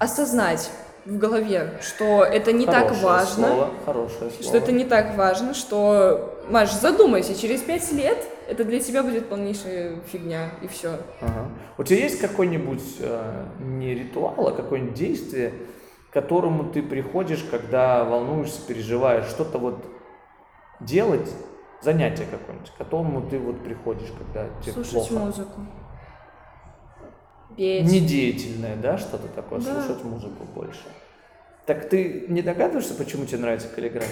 S5: Осознать в голове, что это не так
S4: Хорошее
S5: важно.
S4: Слово, хорошее слово.
S5: Что это не так важно, что, Маш, задумайся, через пять лет это для тебя будет полнейшая фигня, и все.
S4: Ага. У тебя есть какой-нибудь э, не ритуал, а какое-нибудь действие, к которому ты приходишь, когда волнуешься, переживаешь, что-то вот делать, занятие какое-нибудь, к которому ты вот приходишь, когда тебе
S5: Слушать
S4: плохо.
S5: музыку. Петь.
S4: Недеятельное, да, что-то такое,
S5: Да.
S4: слушать музыку больше. Так ты не догадываешься, почему тебе нравится каллиграфия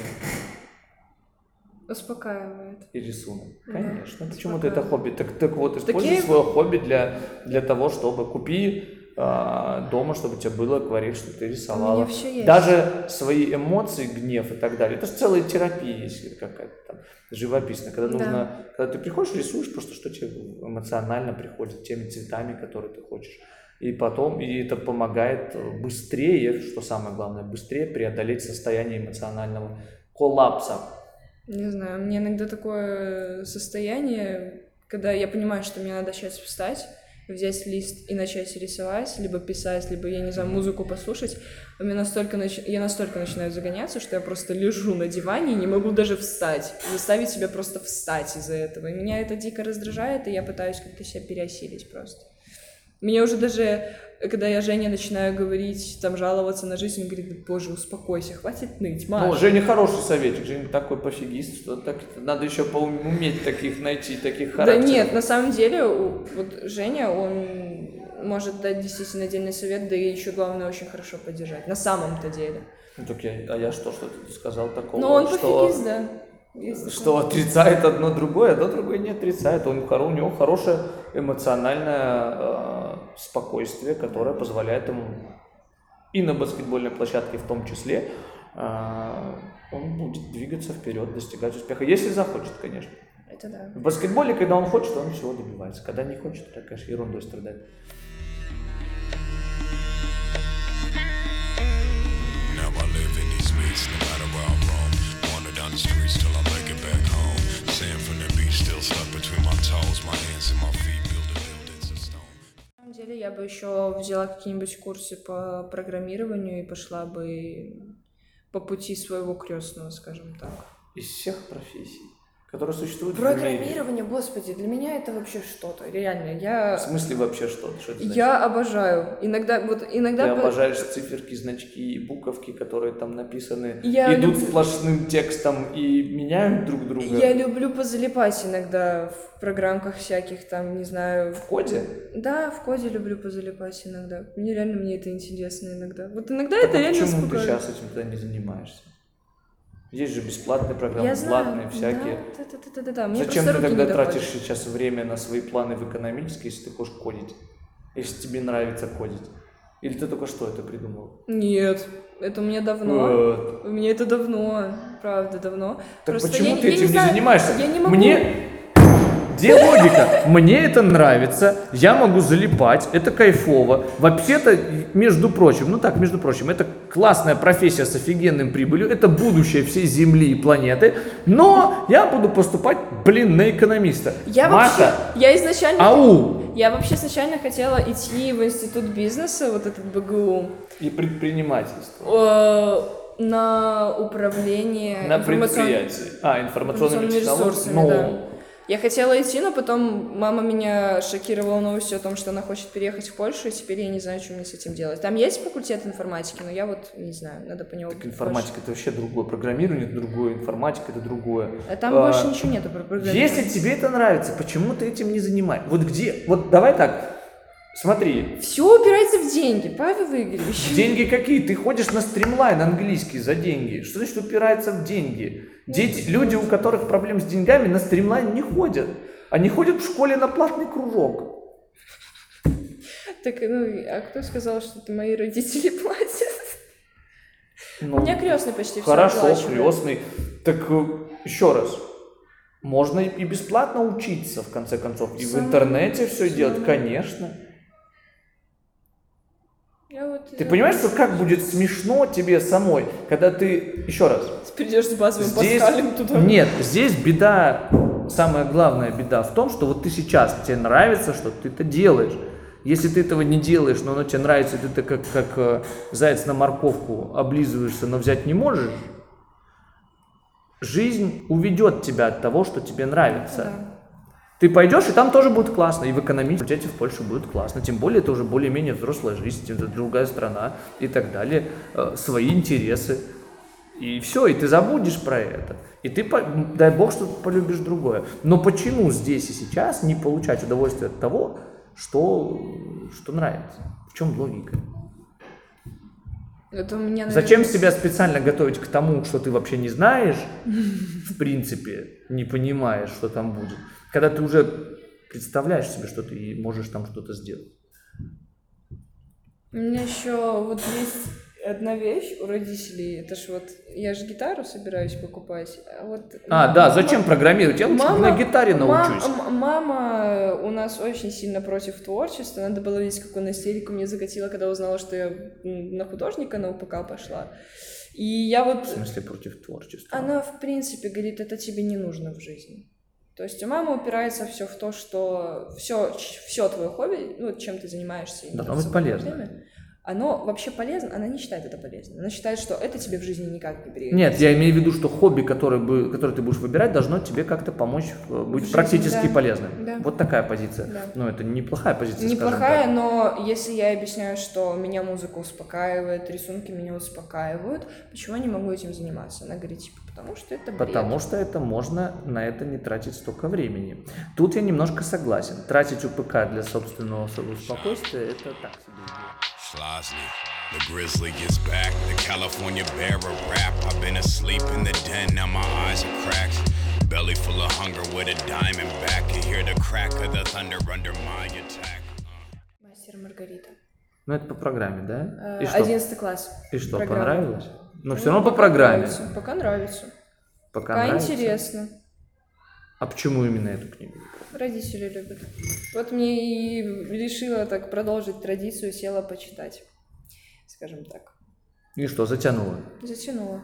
S5: Успокаивает.
S4: и рисунок?
S5: Да.
S4: Конечно. Почему-то это
S5: Успокаивает.
S4: хобби. Так, так вот, используй
S5: я его-
S4: свое хобби для, для того, чтобы купи а, дома, чтобы у тебя был акварель, чтобы ты
S5: У
S4: рисовала.
S5: меня все есть.
S4: Даже свои эмоции, гнев и так далее. Это же целая терапия, если какая-то там живописная. Когда
S5: Да.
S4: нужно, когда ты приходишь, рисуешь просто, что тебе эмоционально приходит, теми цветами, которые ты хочешь. И потом, и это помогает э, быстрее, что самое главное, быстрее преодолеть состояние эмоционального коллапса.
S5: Не знаю, у меня иногда такое состояние когда я понимаю, что мне надо сейчас встать, взять лист и начать рисовать, либо писать, либо, я не знаю, музыку послушать, у меня настолько нач... я настолько начинаю загоняться, что я просто лежу на диване и не могу даже встать, заставить себя просто встать из-за этого. И меня это дико раздражает, и я пытаюсь как-то себя переосилить просто. Меня уже даже, когда я Жене начинаю говорить, там, жаловаться на жизнь, он говорит, боже, успокойся, хватит ныть, Маша.
S6: Ну, Женя хороший советчик, Женя такой пофигист, что так надо еще поуметь таких найти, таких
S5: Да
S6: характеров.
S5: нет, ну на самом деле, у- вот Женя, он может дать действительно отдельный совет, да и еще главное очень хорошо поддержать. На самом-то деле.
S6: Ну, так я, а я что, что сказал такого?
S5: Но Ну, он
S6: что...
S5: пофигист, да. Есть такое.
S6: что отрицает одно другое, одно другое не отрицает. Он, хоро- у него хорошее эмоциональное э, спокойствие, которое позволяет ему и на баскетбольной площадке в том числе, э, он будет двигаться вперед, достигать успеха, если захочет, конечно.
S5: Это да.
S6: В баскетболе, когда он хочет, он всего добивается. Когда не хочет, то, конечно, ерундой страдает.
S3: Now I live in these beats, no matter where I roam. Wander down the streets till I make it back home. Sand from the beach still stuck between my toes, my hands and my feet. Building buildings of stone.
S5: На самом деле, я бы еще взяла какие-нибудь курсы по программированию и пошла бы по пути своего крестного, скажем так.
S6: Из всех профессий, которые существуют в мире.
S5: Программирование, господи, для меня это вообще что-то. Реально,
S6: В
S5: я...
S6: смысле вообще что? Что это значит?
S5: Я обожаю. Иногда, вот
S6: Ты
S5: иногда... бы-
S6: обожаешь циферки, значки и буковки, которые там написаны,
S5: Я
S6: идут
S5: люблю-
S6: сплошным текстом и меняют друг друга.
S5: Я люблю позалипать иногда в программках всяких, там, не знаю.
S6: В коде?
S5: Да, в коде люблю позалипать иногда. Мне реально мне это интересно иногда. Вот иногда
S6: Так
S5: это
S6: а
S5: реально
S6: почему ты
S5: успокаивает.
S6: сейчас этим тогда не занимаешься? Есть же бесплатные программы,
S5: Я
S6: платные
S5: знаю.
S6: всякие.
S5: Да, да, да, да, да, да. Мне
S6: Зачем
S5: просто
S6: ты
S5: руки
S6: тогда
S5: не доходят.
S6: тратишь сейчас время на свои планы в экономические, если ты хочешь кодить? Если тебе нравится кодить? Или ты только что это придумал?
S5: Нет, это у меня давно.
S6: Вот.
S5: У меня это давно, правда, давно.
S6: Э. Так
S5: Просто
S6: почему
S5: я-
S6: ты
S5: я
S6: этим не
S5: знаю,
S6: занимаешься?
S5: Я не могу.
S6: Мне
S4: Где логика? Мне это нравится, я могу залипать, это кайфово. Вообще-то, между прочим, ну так, между прочим, это классная профессия с офигенным прибылью, это будущее всей Земли и планеты, но я буду поступать, блин, на экономиста.
S5: Я
S4: Маша,
S5: вообще, я изначально,
S4: ау!
S5: я вообще изначально хотела идти в институт бизнеса, вот этот БГУ.
S6: и предпринимательство.
S5: Э, на управление
S6: На
S5: Э, информацион-
S6: предприятии. А, информационными ну.
S5: информационными
S6: технологиями.
S5: ресурсами,
S4: Ну,
S5: да. Я хотела идти, но потом мама меня шокировала новостью о том, что она хочет переехать в Польшу, и теперь я не знаю, что мне с этим делать. Там есть факультет информатики, но я вот не знаю, надо по нему
S6: Так информатика это вообще другое. Программирование это другое, информатика это другое.
S5: А там
S6: А,
S5: больше ничего нету про программирование.
S6: Если тебе это нравится, почему ты этим не занимаешься? Вот где? Вот давай так. Смотри,
S5: Все упирается в деньги, Павел Игоревич.
S6: деньги какие? Ты ходишь на стримлайн английский за деньги. Что значит упирается в деньги? Дети, люди, у которых проблем с деньгами, на стримлайн не ходят. Они ходят в школе на платный кружок.
S5: Так, ну, а кто сказал, что это мои родители платят?
S6: Ну,
S5: У меня крестный почти все
S6: Хорошо, крестный. Так э, еще раз. Можно и- и бесплатно учиться, в конце концов. И в
S5: Самое-
S6: интернете все делать,
S5: самое-
S6: конечно.
S5: э,
S6: Ты понимаешь, что как будет смешно тебе самой, когда ты, еще раз,
S5: Придешь с базовым
S6: здесь...
S5: пасхалем А туда.
S4: Нет, здесь беда, самая главная беда в том, что вот ты сейчас, тебе нравится, что ты это делаешь. Если ты этого не делаешь, но оно тебе нравится, и ты это как, как э, заяц на морковку облизываешься, но взять не можешь, жизнь уведет тебя от того, что тебе нравится.
S5: Да.
S4: Ты пойдешь, и там тоже будет классно, и в экономическом факультете в Польше будет классно. Тем более, это уже более-менее взрослая жизнь, это другая страна и так далее, э, свои интересы. И все, и ты забудешь про это. И ты, по- дай бог, что полюбишь другое. Но почему здесь и сейчас не получать удовольствие от того, что, что нравится? В чем логика?
S5: Это у меня, наверное,
S4: Зачем себя специально готовить к тому, что ты вообще не знаешь, в принципе, не понимаешь, что там будет, когда ты уже представляешь себе, что ты можешь там что-то сделать.
S5: У меня еще вот есть одна вещь у родителей. Это ж вот я же гитару собираюсь покупать. А, вот,
S4: А,
S5: м-
S4: да,
S5: м-
S4: зачем программировать? Я лучше на гитаре
S5: мам-
S4: научусь.
S5: м- мама у нас очень сильно против творчества. Надо было видеть, какую она истерику мне закатила, когда узнала, что я м, на художника на УПК пошла. И я вот...
S4: В смысле против творчества.
S5: Она, в принципе, говорит, это тебе не нужно в жизни. То есть у мамы упирается все в то, что все, все твое хобби, ну, чем ты занимаешься. именно
S4: Должно
S5: в
S4: быть
S5: свободное
S4: полезно.
S5: время, Оно вообще полезно, она не считает это полезным. Она считает, что это тебе в жизни никак не пригодится.
S4: Нет, я имею в виду, что хобби, которое, бы, которое ты будешь выбирать, должно тебе как-то помочь э, быть
S5: жизни,
S4: практически
S5: да.
S4: полезным.
S5: Да.
S4: Вот такая позиция.
S5: Да.
S4: Ну, это неплохая позиция, скажем
S5: Неплохая,
S4: так.
S5: но если я объясняю, что меня музыка успокаивает, рисунки меня успокаивают, почему я не могу этим заниматься? Она говорит, типа, потому что это бред.
S4: Потому что это можно на это не тратить столько времени. Тут я немножко согласен. Тратить УПК для собственного спокойствия это так себе. идея.
S3: Schlosny. The grizzly is back, the California bear of rap. I've been asleep in the den, now my eyes are cracked. Belly full of hunger with a diamond back. Can hear the crack of the thunder under my attack.
S5: Мастер и Маргарита.
S4: Ну, это по программе, да?
S5: Э, 11 класс.
S4: И что,
S5: Программа.
S4: понравилось? Ну,
S5: Ну,
S4: все равно по
S5: пока
S4: программе.
S5: нравится, Пока нравится.
S4: Пока
S5: Пока
S4: нравится.
S5: интересно.
S4: А почему именно эту книгу?
S5: Родители любят. Вот мне и решила так продолжить традицию, села почитать. Скажем так.
S4: И что, затянула?
S5: Затянула.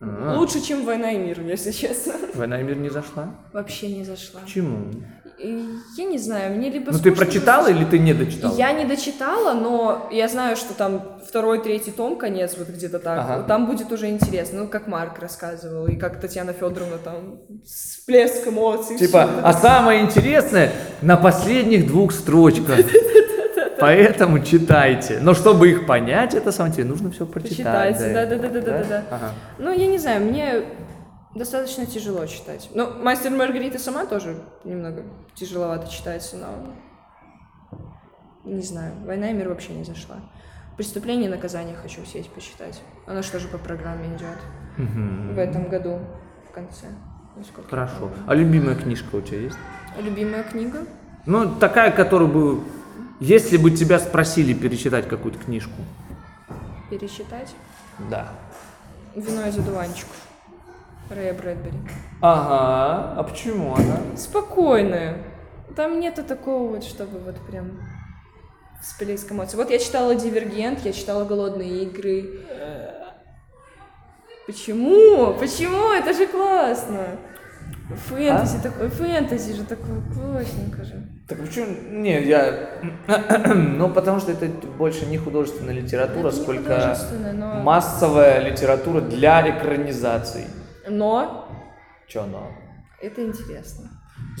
S4: А,
S5: Лучше, чем «Война и мир», если честно.
S4: Война и мир не зашла?
S5: Вообще не зашла.
S4: Почему?
S5: И Я не знаю, мне либо...
S4: ну, ты
S5: скучно
S4: прочитала
S5: просто-
S4: или ты не дочитала?
S5: Я не дочитала, но я знаю, что там второй, третий том, конец, вот где-то так.
S4: Ага.
S5: Там будет уже интересно, ну, как Марк рассказывал, и как Татьяна Федоровна там с всплеск эмоций.
S4: Типа,
S5: всё.
S4: а самое интересное на последних двух строчках. Поэтому читайте. Но чтобы их понять, это самом деле нужно все прочитать.
S5: Почитать, да-да-да-да-да-да.
S4: Ага.
S5: Ну, я не знаю, мне достаточно тяжело читать. Ну, «Мастер и Маргарита» сама тоже немного тяжеловато читается, но... Не знаю, «Война и мир» вообще не зашла. «Преступление и наказание» хочу сесть посчитать. Она что же по программе идет в этом году, в конце. Насколько я
S4: Хорошо.
S5: помню.
S4: А любимая книжка у тебя есть?
S5: Любимая книга?
S4: Ну, такая, которую бы... Если бы тебя спросили перечитать какую-то книжку.
S5: Пересчитать.
S4: Да.
S5: «Вино из одуванчиков». Рэя Брэдбери.
S4: Ага, а почему она?
S5: спокойная. Там нету такого вот, чтобы вот прям всплеск эмоций. Вот я читала «Дивергент», я читала «Голодные игры». Почему? Почему? Это же классно! Фэнтези такое, фэнтези же такое, классненько же.
S4: Так почему? Не, я... ну, потому что это больше не художественная литература,
S5: Это не
S4: сколько
S5: художественное, но...
S4: массовая литература для экранизаций.
S5: но
S4: Че оно?
S5: это интересно.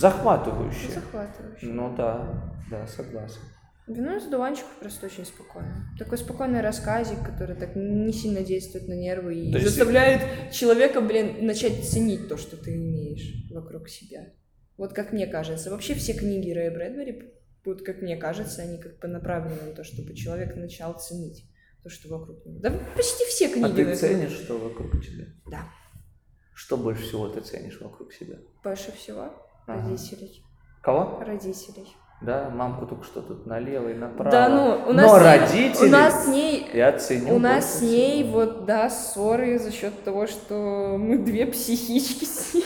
S5: Ну,
S4: Захватывающе.
S5: захватывающе.
S4: Ну да, да, согласен.
S5: Вино из дуванчиков ну, просто очень спокойно. Такой спокойный рассказик, который так не сильно действует на нервы и
S4: То есть-
S5: заставляет человека, блин, начать ценить то, что ты имеешь вокруг себя. Вот как мне кажется. Вообще все книги Рэя Брэдбери, вот как мне кажется, они как бы направлены на то, чтобы человек начал ценить то, что вокруг него. Да почти все книги.
S4: А ты
S5: наверное.
S4: ценишь, что вокруг тебя?
S5: Да.
S4: Что больше всего ты ценишь вокруг себя?
S5: Больше всего
S4: Ага.
S5: родителей.
S4: Кого?
S5: Родителей.
S4: Да, мамку только что тут налево и направо.
S5: Да ну, у нас,
S4: Но
S5: с ней-
S4: родители
S5: у нас с ней
S4: я ценю
S5: У нас с
S4: больше
S5: ней
S4: всего.
S5: вот, да, ссоры за счет того, что мы две психички с ней.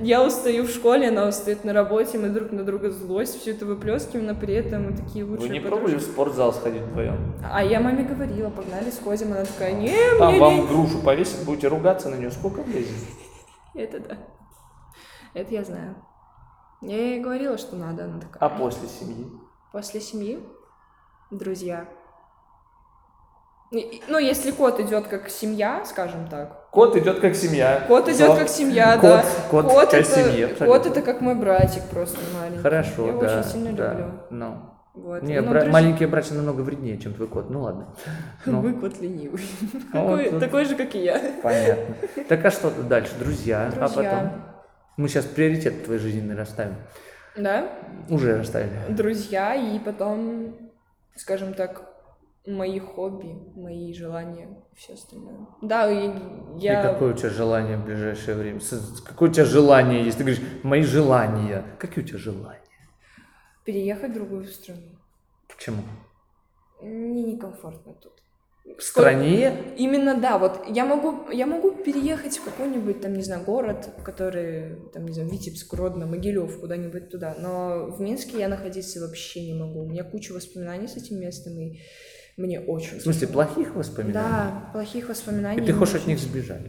S5: Я устаю в школе, она устает на работе, мы друг на друга злость, все это выплескиваем, но при этом мы такие
S4: Вы
S5: лучшие
S4: не
S5: подружки.
S4: пробовали в спортзал сходить вдвоем?
S5: А я маме говорила, погнали, сходим, она такая, не,
S4: Там
S5: мне
S4: А вам
S5: лень».
S4: грушу повесят, будете ругаться на нее. Сколько влезет?
S5: Это да. Это я знаю. Я ей говорила, что надо, она такая.
S4: А после семьи?
S5: После семьи друзья. И- и- Ну, если кот идет как семья, скажем так,
S4: Кот идет как семья.
S5: Кот идет
S4: Вот.
S5: как семья,
S4: Кот-
S5: да.
S4: кот часть семьи,
S5: это,
S4: абсолютно.
S5: кот это как мой братик просто маленький.
S4: Хорошо,
S5: Я его
S4: да.
S5: очень сильно
S4: да.
S5: люблю.
S4: Ну.
S5: Вот.
S4: Не,
S5: Ну,
S4: бра-
S5: друзь-
S4: маленькие братья намного вреднее, чем твой кот. Ну ладно. Ну.
S5: Вы кот ленивый.
S4: А вот
S5: Такой-
S4: тут-
S5: Такой же, как и я.
S4: Понятно. Так а что дальше? Друзья, а потом?
S5: Друзья.
S4: Мы сейчас приоритет твоей жизненный расставим.
S5: Да?
S4: Уже расставили.
S5: Друзья и потом, скажем так, мои хобби, мои желания и все остальное. Да, и
S4: И
S5: я...
S4: какое у тебя желание в ближайшее время? С- с- Какое у тебя желание есть? Ты говоришь, мои желания. Какие у тебя желания?
S5: Переехать в другую страну.
S4: Почему?
S5: Мне некомфортно тут.
S4: В стране?
S5: Именно да, вот я могу, я могу переехать в какой-нибудь, там, не знаю, город, который, там, не знаю, Витебск, Родно, Могилев, куда-нибудь туда, но в Минске я находиться вообще не могу. У меня куча воспоминаний с этим местом, и мне очень...
S4: В смысле,
S5: тяжело.
S4: плохих воспоминаний?
S5: Да, плохих воспоминаний.
S4: И ты хочешь
S5: очень-
S4: от них сбежать.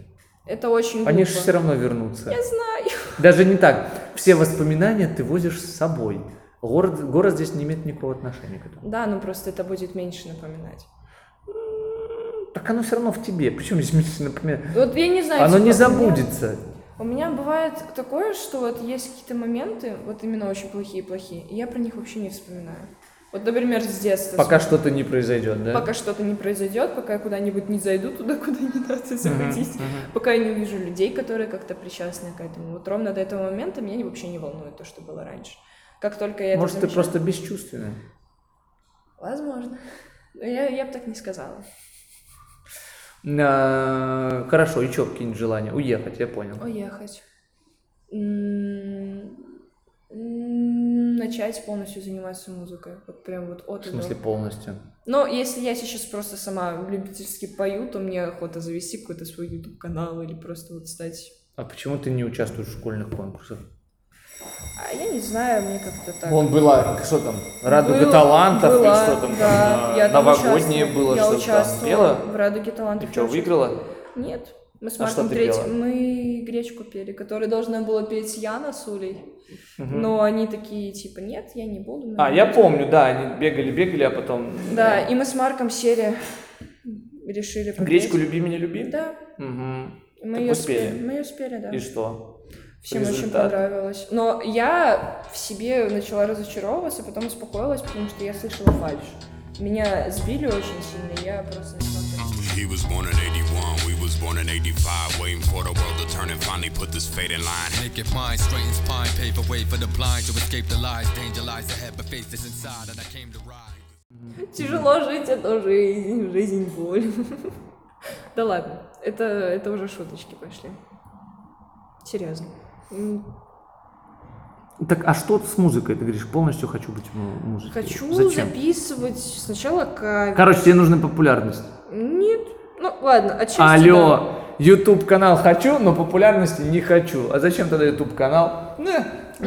S5: Это очень
S4: Они же
S5: глупо.
S4: все равно вернутся.
S5: Я знаю.
S4: Даже не так. все воспоминания ты возишь с собой. Город, город здесь не имеет никакого отношения к этому.
S5: Да, ну просто это будет меньше напоминать.
S4: Так оно все равно в тебе. Почему здесь меньше напоминает?
S5: Вот я не знаю.
S4: Оно не
S5: типа, у меня-
S4: забудется.
S5: У меня бывает такое, что вот есть какие-то моменты, вот именно очень плохие-плохие, и я про них вообще не вспоминаю. Вот, например, с детства.
S4: Пока что-то не произойдет, да?
S5: Пока что-то не произойдет, пока я куда-нибудь не зайду туда, куда не надо заходить, пока я не увижу людей, которые как-то причастны к этому. Вот ровно до этого момента меня вообще не волнует то, что было раньше. Как только я это
S4: Может, ты
S5: замечаю-
S4: просто бесчувственная?
S5: Возможно. Но я, я бы так не сказала.
S4: А, Хорошо, еще какие-нибудь желания? Уехать, я понял.
S5: Уехать. М, м, Начать полностью заниматься музыкой. Вот прям вот от
S4: В
S5: и до.
S4: смысле полностью.
S5: Но если я сейчас просто сама любительски пою, то мне охота завести какой-то свой YouTube-канал или просто вот стать...
S4: А почему ты не участвуешь в школьных конкурсах?
S5: А я не знаю, мне как-то так...
S6: Вон была, что там, радуга
S5: Был-
S6: талантов,
S5: была,
S6: и что там,
S5: да,
S6: там,
S5: я
S6: э, новогоднее
S5: участвовала.
S6: было,
S5: я
S6: что там,
S5: участвовала
S6: бело.
S5: в «Радуге талантов».
S6: Ты
S5: я
S6: что,
S5: участвовала.
S6: выиграла?
S5: Нет. Мы с
S6: А что
S5: Марком
S6: ты
S5: треть-
S6: пела?
S5: мы гречку пели, которую должна была петь Яна с Улей. Но они такие, типа, нет, я не буду.
S6: А,
S5: наверное».
S6: я помню, да, они бегали-бегали, а потом...
S5: Да, и мы с Марком сели, решили попеть.
S6: Гречку «Люби меня, люби»?
S5: Да,
S6: Мгм.
S5: и мы
S6: Так
S5: ее
S6: успели.
S5: успели. Мы ее успели, да.
S6: И что?
S5: Всем очень
S6: Результат.
S5: понравилось. Но я в себе начала разочаровываться, потом успокоилась, потому что я слышала фальш. Меня сбили очень сильно, и я просто начала петь.
S3: He was born in 81, we was born in 85, waiting for the world to turn and finally put this fate in line.
S7: Make it mine, straightens pine, pave a way for the blind to escape the lies. Danger lies ahead, but faith is inside, and I came to ride.
S5: Тяжело жить одну жизнь, жизнь боль. Да ладно, это, это уже шуточки пошли. Серьезно. М,
S4: Так, а что с музыкой? Ты говоришь, полностью хочу быть музыкой.
S5: Хочу
S4: Зачем?
S5: записывать сначала кавер.
S4: Короче, тебе нужна популярность.
S5: Нет. Ну ладно, отчасти да.
S4: Алло, YouTube канал хочу, но популярности не хочу. А зачем тогда YouTube канал? Не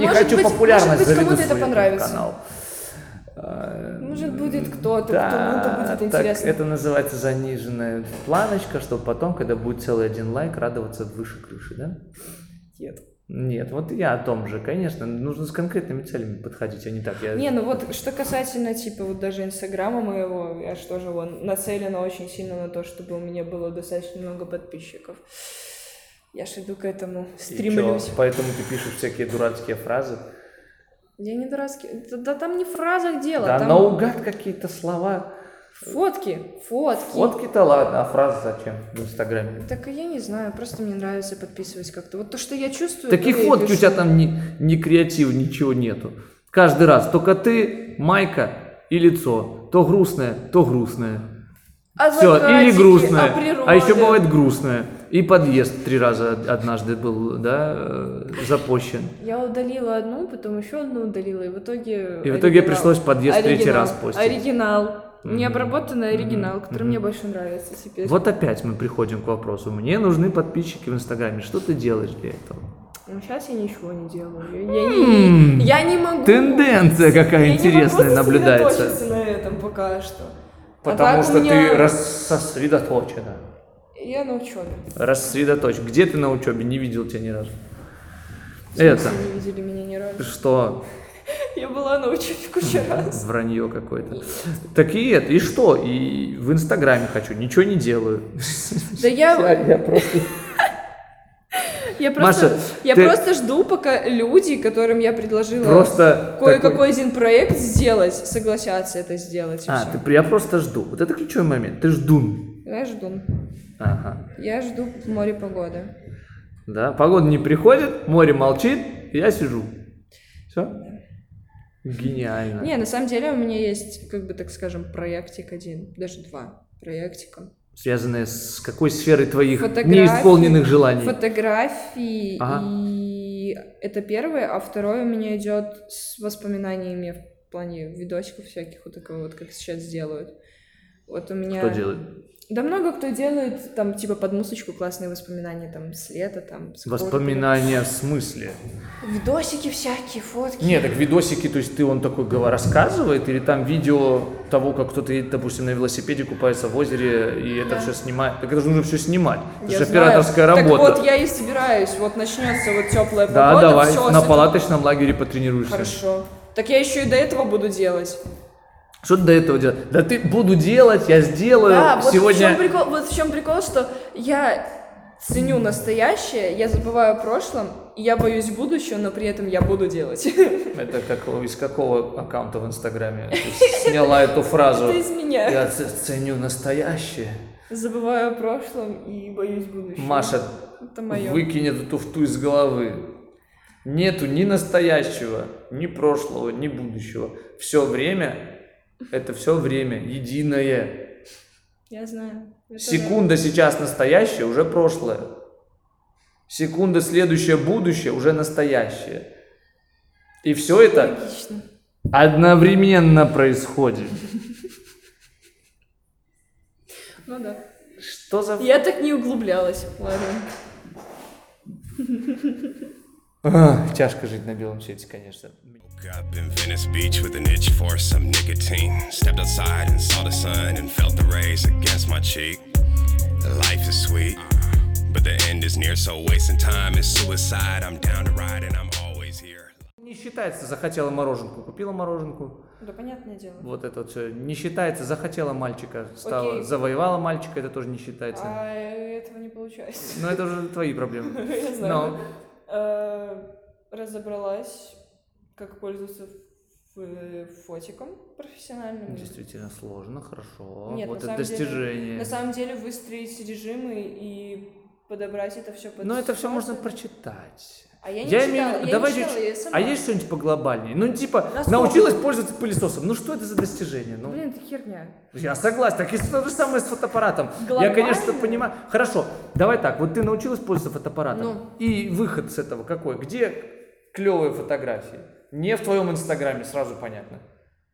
S5: Может
S4: хочу
S5: быть-
S4: популярность.
S5: может быть,
S4: заведу
S5: кому-то это
S4: свой YouTube
S5: понравится.
S4: канал.
S5: Может, будет кто-то,
S4: Да,
S5: кому-то будет
S4: так
S5: интересно.
S4: это называется заниженная планочка, чтобы потом, когда будет целый один лайк, радоваться выше крыши, да?
S5: Нет.
S4: Нет, вот и я о том же, конечно, нужно с конкретными целями подходить, а не так. Я...
S5: Не, ну вот что касательно, типа, вот даже Инстаграма моего, я что же, он нацелена очень сильно на то, чтобы у меня было достаточно много подписчиков. Я ж иду к этому,
S4: И
S5: стримлюсь.
S4: чё, Поэтому ты пишешь всякие дурацкие фразы.
S5: Я не дурацкий. Да, да там не в фразах дело,
S4: да ну.
S5: там
S4: наугад какие-то слова.
S5: фотки, фотки.
S4: Фотки-то ладно, а фразы зачем в Инстаграме?
S5: Так и я не знаю, просто мне нравится подписывать как-то. Вот то, что я чувствую... то
S4: Таких
S5: я и
S4: фотки у
S5: пишу.
S4: тебя там ни, ни креатива, ничего нету. Каждый раз только ты, майка и лицо. То грустное, то грустное.
S5: А
S4: Все, или
S5: закатики,
S4: грустное.
S5: а природа.
S4: еще бывает грустное. И подъезд три раза однажды был, да, э, запущен.
S5: Я удалила одну, потом еще одну удалила, и в итоге...
S4: И в итоге пришлось подъезд
S5: Оригинал.
S4: третий раз постить.
S5: Оригинал. Необработанный оригинал, который мне больше нравится теперь.
S4: Вот опять мы приходим к вопросу. Мне нужны подписчики в Инстаграме. Что ты делаешь для этого?
S5: Ну, сейчас я ничего не делаю. Я, я не, я не могу.
S4: Тенденция какая
S5: Я не
S4: интересная
S5: могу
S4: наблюдается.
S5: сосредоточиться на этом пока что. А
S4: Потому
S5: так у
S4: что
S5: меня-
S4: ты рассосредоточена.
S5: Я на учебе.
S4: Рассредоточь. Где ты на учебе? Не видел тебя ни разу. Это.
S5: Вы не видели меня ни разу.
S4: Что?
S5: Я была на учебе кучу раз.
S4: Вранье какое-то. Так и это. И что? И в Инстаграме хочу. Ничего не делаю.
S5: Да я,
S4: просто...
S5: я просто,
S4: Маша,
S5: я
S4: ты-
S5: просто жду, пока люди, которым я предложила
S4: Просто
S5: кое-какой
S4: такой-
S5: один проект сделать, согласятся это сделать. и
S4: А,
S5: всё.
S4: ты- я просто жду. Вот это ключевой момент. Ты ждун.
S5: Я жду.
S4: Ага.
S5: Я жду море погоды.
S4: Да, погода не приходит, море молчит, и я сижу. Все? Гениально.
S5: Не, на самом деле у меня есть, как бы так скажем, проектик один, даже два проектика.
S4: Связанное с какой сферой твоих
S5: Фотографии.
S4: неисполненных желаний?
S5: Фотографии
S4: Ага.
S5: и это первое, а второе у меня идет с воспоминаниями в плане видосиков всяких вот такого вот, как сейчас делают. Вот у меня...
S4: Кто делает?
S5: Да много кто делает, там, типа, под музычку классные воспоминания, там, с лета, там, с какого-то
S4: Воспоминания в смысле?
S5: периода. Видосики всякие, фотки.
S4: Нет, так видосики, то есть ты он такой гова- рассказывает, или там видео того, как кто-то едет, допустим, на велосипеде купается в озере, и это
S5: Да.
S4: все снимает. Так это же нужно все снимать. Это
S5: Я
S4: же
S5: знаю.
S4: операторская работа.
S5: Так вот, я и собираюсь. Вот начнется вот теплая
S4: да,
S5: погода.
S4: давай,
S5: всё,
S4: на
S5: с-
S4: палаточном лагере потренируешься.
S5: Хорошо. Так я еще и до этого буду делать.
S4: Что ты до этого делать? Да ты буду делать, я сделаю.
S5: Да, вот, в
S4: Сегодня
S5: чем прикол, вот в чем прикол, что я ценю настоящее, я забываю о прошлом, и я боюсь будущего, но при этом я буду делать.
S4: Это как из какого аккаунта в Инстаграме ты сняла эту фразу?
S5: Это из меня.
S4: Я ц- ценю настоящее.
S5: Забываю о прошлом и боюсь будущего.
S4: Маша
S5: Это мое.
S4: выкинет эту туфту из головы. Нету ни настоящего, ни прошлого, ни будущего. Все время это все время единое.
S5: Я знаю. Это
S4: Секунда сейчас настоящее, уже прошлое. Секунда следующее будущее, уже настоящее. И все это
S5: Логично.
S4: одновременно происходит.
S5: Ну да.
S4: Что за...
S5: Я так не углублялась. Ладно.
S4: Ах, тяжко жить на белом свете, конечно.
S3: Woke Up in Venice Beach with an itch for some nicotine. Stepped outside and saw the sun and felt the rays against my cheek. Life is sweet, but the end is near, so wasting time is suicide. I'm down to ride and I'm always here.
S4: Не считается, захотела мороженку, купила мороженку.
S5: Да, понятное дело.
S4: Вот это все не считается, захотела мальчика, стала,
S5: Окей.
S4: завоевала мальчика, это тоже не считается.
S5: А э, этого не получается.
S4: Но это уже твои проблемы.
S5: Я
S4: Но
S5: знаю. Э, Разобралась, как пользоваться э, фотиком профессиональным.
S4: Ну, действительно сложно, хорошо.
S5: Нет,
S4: вот
S5: на
S4: это
S5: самом деле-
S4: достижение.
S5: На самом деле выстроить режимы и подобрать это все под
S4: Но это все можно
S5: ситуацию.
S4: прочитать.
S5: А я не
S4: Я
S5: читала,
S4: имею в виду-
S5: я не
S4: давай
S5: читала,
S4: чуть-
S5: я сама.
S4: А есть что-нибудь поглобальнее? Ну, типа,
S5: Насколько?
S4: научилась пользоваться пылесосом. Ну, что это за достижение? Ну,
S5: Блин, это херня.
S4: Я согласен, так и то же самое с фотоаппаратом. Я,
S5: Глобально?
S4: конечно, понимаю. Хорошо, давай так, вот ты научилась пользоваться фотоаппаратом.
S5: Ну.
S4: И выход с этого какой? Где клевые фотографии? Не в твоем инстаграме, сразу понятно.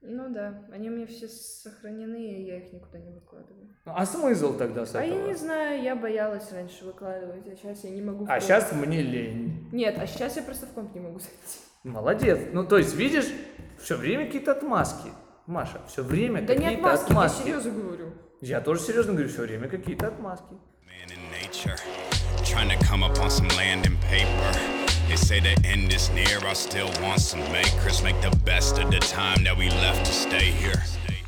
S5: Ну да, они у меня все сохранены, и я их никуда не выкладываю.
S4: Ну, А смысл тогда с
S5: а я
S4: этого?
S5: не знаю, я боялась раньше выкладывать, а сейчас я не могу. в
S4: А
S5: комп.
S4: сейчас мне лень.
S5: Нет, а сейчас я просто в комп не могу зайти.
S4: Молодец. Ну, то есть, видишь, все время какие-то отмазки. Маша, все время
S5: Да не
S4: какие-то
S5: отмазки,
S4: отмазки.
S5: я серьезно говорю.
S4: Я тоже серьезно говорю, все время какие-то отмазки.
S3: Man in nature, trying to come up on some land and paper. They say the end is near, I still want some makers. Make the best of the time that we left to stay here.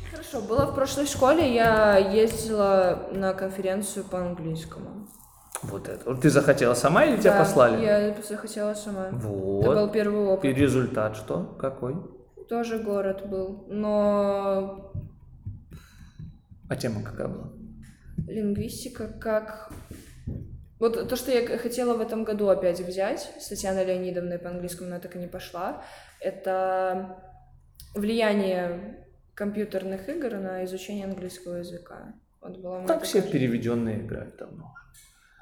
S5: Хорошо, было в прошлой школе, я ездила на конференцию по английскому.
S4: Вот это. Вот Ты захотела сама или тебя
S5: Да,
S4: послали?
S5: Я захотела сама.
S4: Вот.
S5: Это был первый опыт.
S4: И результат что? Какой?
S5: Тоже город был, но
S4: А тема какая была?
S5: лингвистика как... Вот то, что я к- хотела в этом году опять взять с Татьяной Леонидовной по английскому, но так и не пошла, это влияние компьютерных игр на изучение английского языка. Вот была моя
S4: Так все
S5: такая-
S4: переведенные играют давно.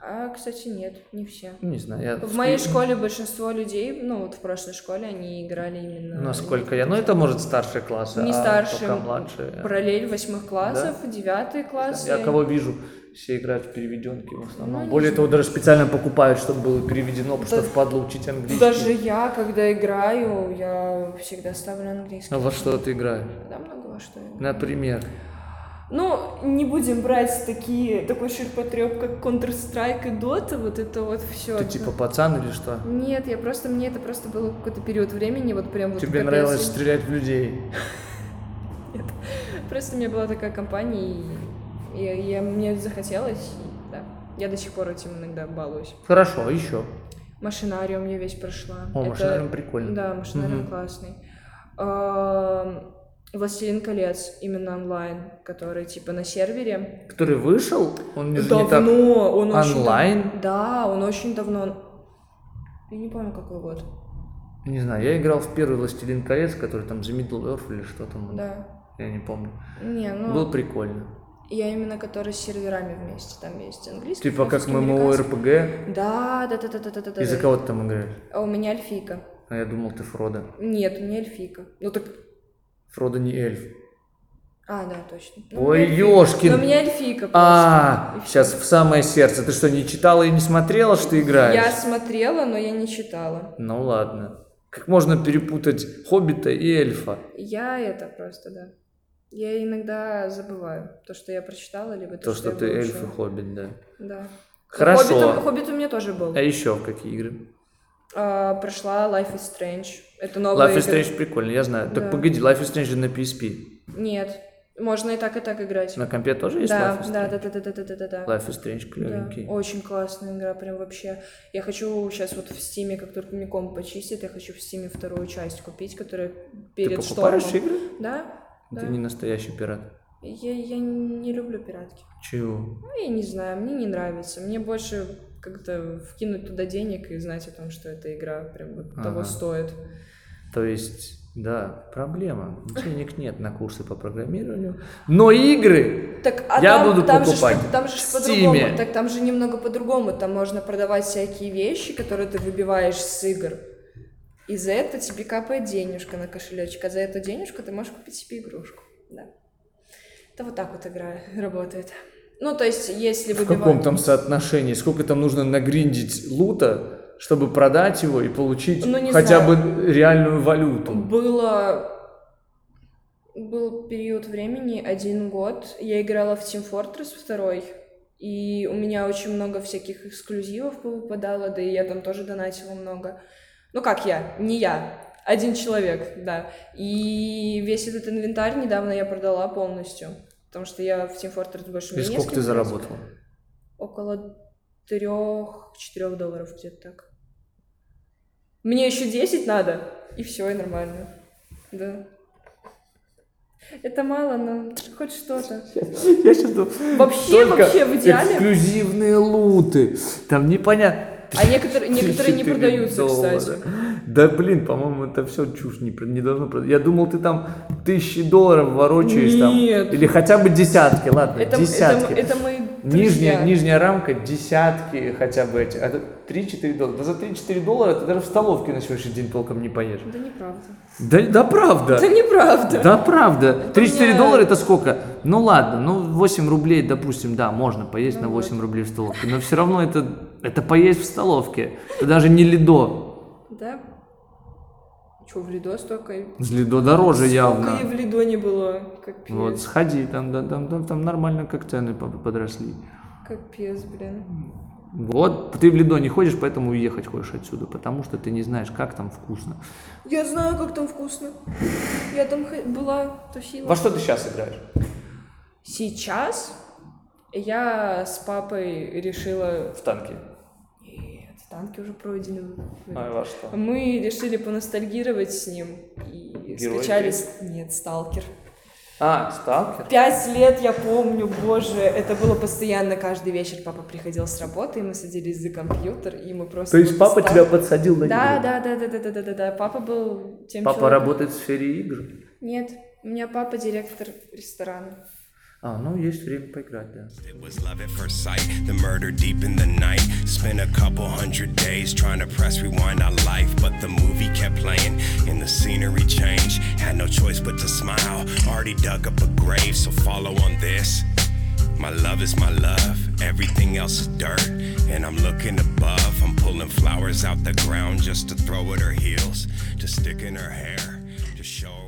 S5: А, кстати, нет, не все.
S4: Не знаю, я...
S5: В моей школе большинство людей, ну вот в прошлой школе, они играли именно...
S4: Насколько я... Ну, это, может, старшие классы,
S5: Не
S4: а
S5: старшие,
S4: пока младшие.
S5: Параллель восьмых классов, девятый класс.
S4: Я кого вижу, все играют в переведенки в основном.
S5: Ну, не
S4: Более того, даже специально покупают, чтобы было переведено, потому что
S5: Да-
S4: впадло учить английский.
S5: Даже я, когда играю, я всегда ставлю английский.
S4: Ну, во что ты играешь?
S5: Да, много во что я играю.
S4: Например.
S5: Ну, не будем брать такие, такой ширпотреб, как Counter-Strike и Dota, вот это вот все.
S4: Ты типа пацан или что?
S5: Нет, я просто, мне это просто было какой-то период времени, вот прям вот
S4: Тебе
S5: капец.
S4: нравилось стрелять в людей.
S5: Просто у меня была такая компания, и, я, я- мне захотелось, и да. Я до сих пор этим иногда балуюсь.
S4: Хорошо, а еще.
S5: Машинариум я весь прошла.
S4: О,
S5: Это-
S4: машинариум прикольно.
S5: Да, машинариум
S4: Мгм.
S5: классный. Эм, Властелин колец, именно онлайн, который типа на сервере.
S4: Который вышел, он не, не
S5: давно,
S4: так...
S5: он очень дав-
S4: онлайн?
S5: Да, он очень давно. Я не помню, какой год.
S4: Не знаю, я играл в первый «Властелин колец», который там The Middle Earth или что там. он.
S5: Да.
S4: Я не помню.
S5: Не, ну
S4: Было прикольно.
S5: я именно который с серверами вместе. Там есть английский.
S4: Типа как
S5: французский,
S4: ММО
S5: американский.
S4: РПГ.
S5: Да, да, да, да, да, да, да, да.
S4: И за кого ты там играешь?
S5: А у меня эльфийка.
S4: А я думал, ты Фродо.
S5: Нет, у меня эльфийка. Ну так.
S4: Фродо не эльф.
S5: А, да, точно. Ну,
S4: Ой,
S5: у меня эльфийка.
S4: ёшкин.
S5: Но у меня эльфийка
S4: А,
S5: просто.
S4: сейчас в самое сердце. Ты что, не читала и не смотрела, что играешь?
S5: Я смотрела, но я не читала.
S4: Ну ладно. Как можно перепутать хоббита и эльфа?
S5: Я это просто, да. Я иногда забываю то, что я прочитала, либо то,
S4: То, что
S5: я
S4: ты
S5: выучила.
S4: эльф и хоббит, да.
S5: Да.
S4: Хорошо.
S5: Хоббит, Хоббит у меня тоже был.
S4: А еще какие игры?
S5: А, прошла Life is Strange. А Это новая
S4: Life is
S5: игра.
S4: Strange прикольно, я знаю.
S5: Да.
S4: Так погоди, Life is Strange же на PSP.
S5: Нет. Можно и так, и так играть.
S4: На компе тоже есть
S5: да,
S4: Life is Strange?
S5: да, да, да, да, да, да, да, да, да.
S4: Life is Strange
S5: Да,
S4: клевенький.
S5: очень классная игра, прям вообще. Я хочу сейчас вот в Стиме, как только мне комп почистит, я хочу в Стиме вторую часть купить, которая
S4: Ты
S5: перед
S4: покупаешь
S5: штормом.
S4: игры?
S5: Да, да.
S4: Ты не настоящий пират.
S5: Я, я не люблю пиратки.
S4: Чего?
S5: Ну, я не знаю, мне не нравится. Мне больше как-то вкинуть туда денег и знать о том, что эта игра прям вот того
S4: Ага.
S5: стоит.
S4: То есть, да, проблема. Денег нет на курсы по программированию. Но игры!
S5: Так, а
S4: Я
S5: там,
S4: буду
S5: там же
S4: покупать
S5: что- там же ж
S4: в Стиме.
S5: по-другому. Так там же немного по-другому. Там можно продавать всякие вещи, которые ты выбиваешь с игр. И за это тебе капает денежка на кошелечек. А за эту денежку ты можешь купить себе игрушку. Да. Это вот так вот игра работает. Ну, то есть, если
S4: В
S5: выбивать...
S4: каком там соотношении? Сколько там нужно нагриндить лута, чтобы продать его и получить
S5: Ну, не
S4: хотя
S5: знаю.
S4: бы реальную валюту?
S5: Было... Был период времени, один год. Я играла в Team Fortress 2, и у меня очень много всяких эксклюзивов выпадало, да и я там тоже донатила много. Ну как я? Не я. Один человек, да. И весь этот инвентарь недавно я продала полностью. Потому что я в Team Fortress больше
S4: И
S5: не с
S4: сколько
S5: кем
S4: ты
S5: играть.
S4: заработал?
S5: Около трех-четырех долларов где-то так. Мне еще 10 надо, и все, и нормально. Да. Это мало, но хоть что-то.
S4: Я сейчас
S5: Вообще, вообще, в идеале.
S4: эксклюзивные луты. Там непонятно.
S5: А некоторые, некоторые не
S4: 4
S5: продаются,
S4: доллара.
S5: кстати.
S4: Да блин, по-моему, это все чушь не, про- не должно продать. Я думал, ты там тысячи долларов ворочаешь там.
S5: Нет.
S4: Или хотя бы десятки, ладно,
S5: Это, это,
S4: десятки.
S5: это мои друзья.
S4: Нижняя, нижняя рамка десятки хотя бы эти. А тут 3-4 доллара. Да за 3-4 доллара ты даже в столовке на сегодняшний день толком не поешь.
S5: Да неправда.
S4: Да, да правда.
S5: Да неправда.
S4: Да, правда. 3-4
S5: меня-
S4: доллара это сколько? Ну ладно, ну 8 рублей, допустим, да, можно поесть
S5: Ну
S4: на
S5: вот.
S4: 8 рублей в столовке. Но все равно это, это поесть в столовке. Это даже не лидо.
S5: Да? Че, в Лидо столько?
S4: С лидо дороже явно.
S5: Сколько и в Лидо не было. Капец.
S4: Вот, сходи, там, да- там, там, там нормально как цены по- подросли.
S5: Капец, блин.
S4: Вот, ты в лидо не ходишь, поэтому уехать хочешь отсюда, потому что ты не знаешь, как там вкусно.
S5: Я знаю, как там вкусно. Я там хо- была, тусила.
S6: Во что ты сейчас играешь?
S5: Сейчас я с папой решила...
S6: В танки.
S5: Нет, танки уже пройдены.
S6: А, во что?
S5: Мы решили поностальгировать с ним и
S6: Герой
S5: скачали... с- Нет, сталкер.
S6: А, сталкер.
S5: Пять лет я помню, боже, это было постоянно каждый вечер. Папа приходил с работы, и мы садились за компьютер, и мы просто... вот стал-
S4: подсадил на
S5: Да, да, да, да, да, да, да, да, да. Папа был тем
S4: Папа
S5: человеком-
S4: работает в сфере игр.
S5: Нет, у меня папа директор ресторана.
S4: А, ну есть время поиграть, да.
S3: It was love at first sight, the murder deep in the night. Spent a couple hundred days trying to press rewind on life, but the movie kept playing and the scenery changed. Had no choice but to smile. Already dug up a grave, so follow on this. My love is my love, everything else is dirt. And I'm looking above, I'm pulling flowers out the ground just to throw at her heels, to stick in her hair, to show her.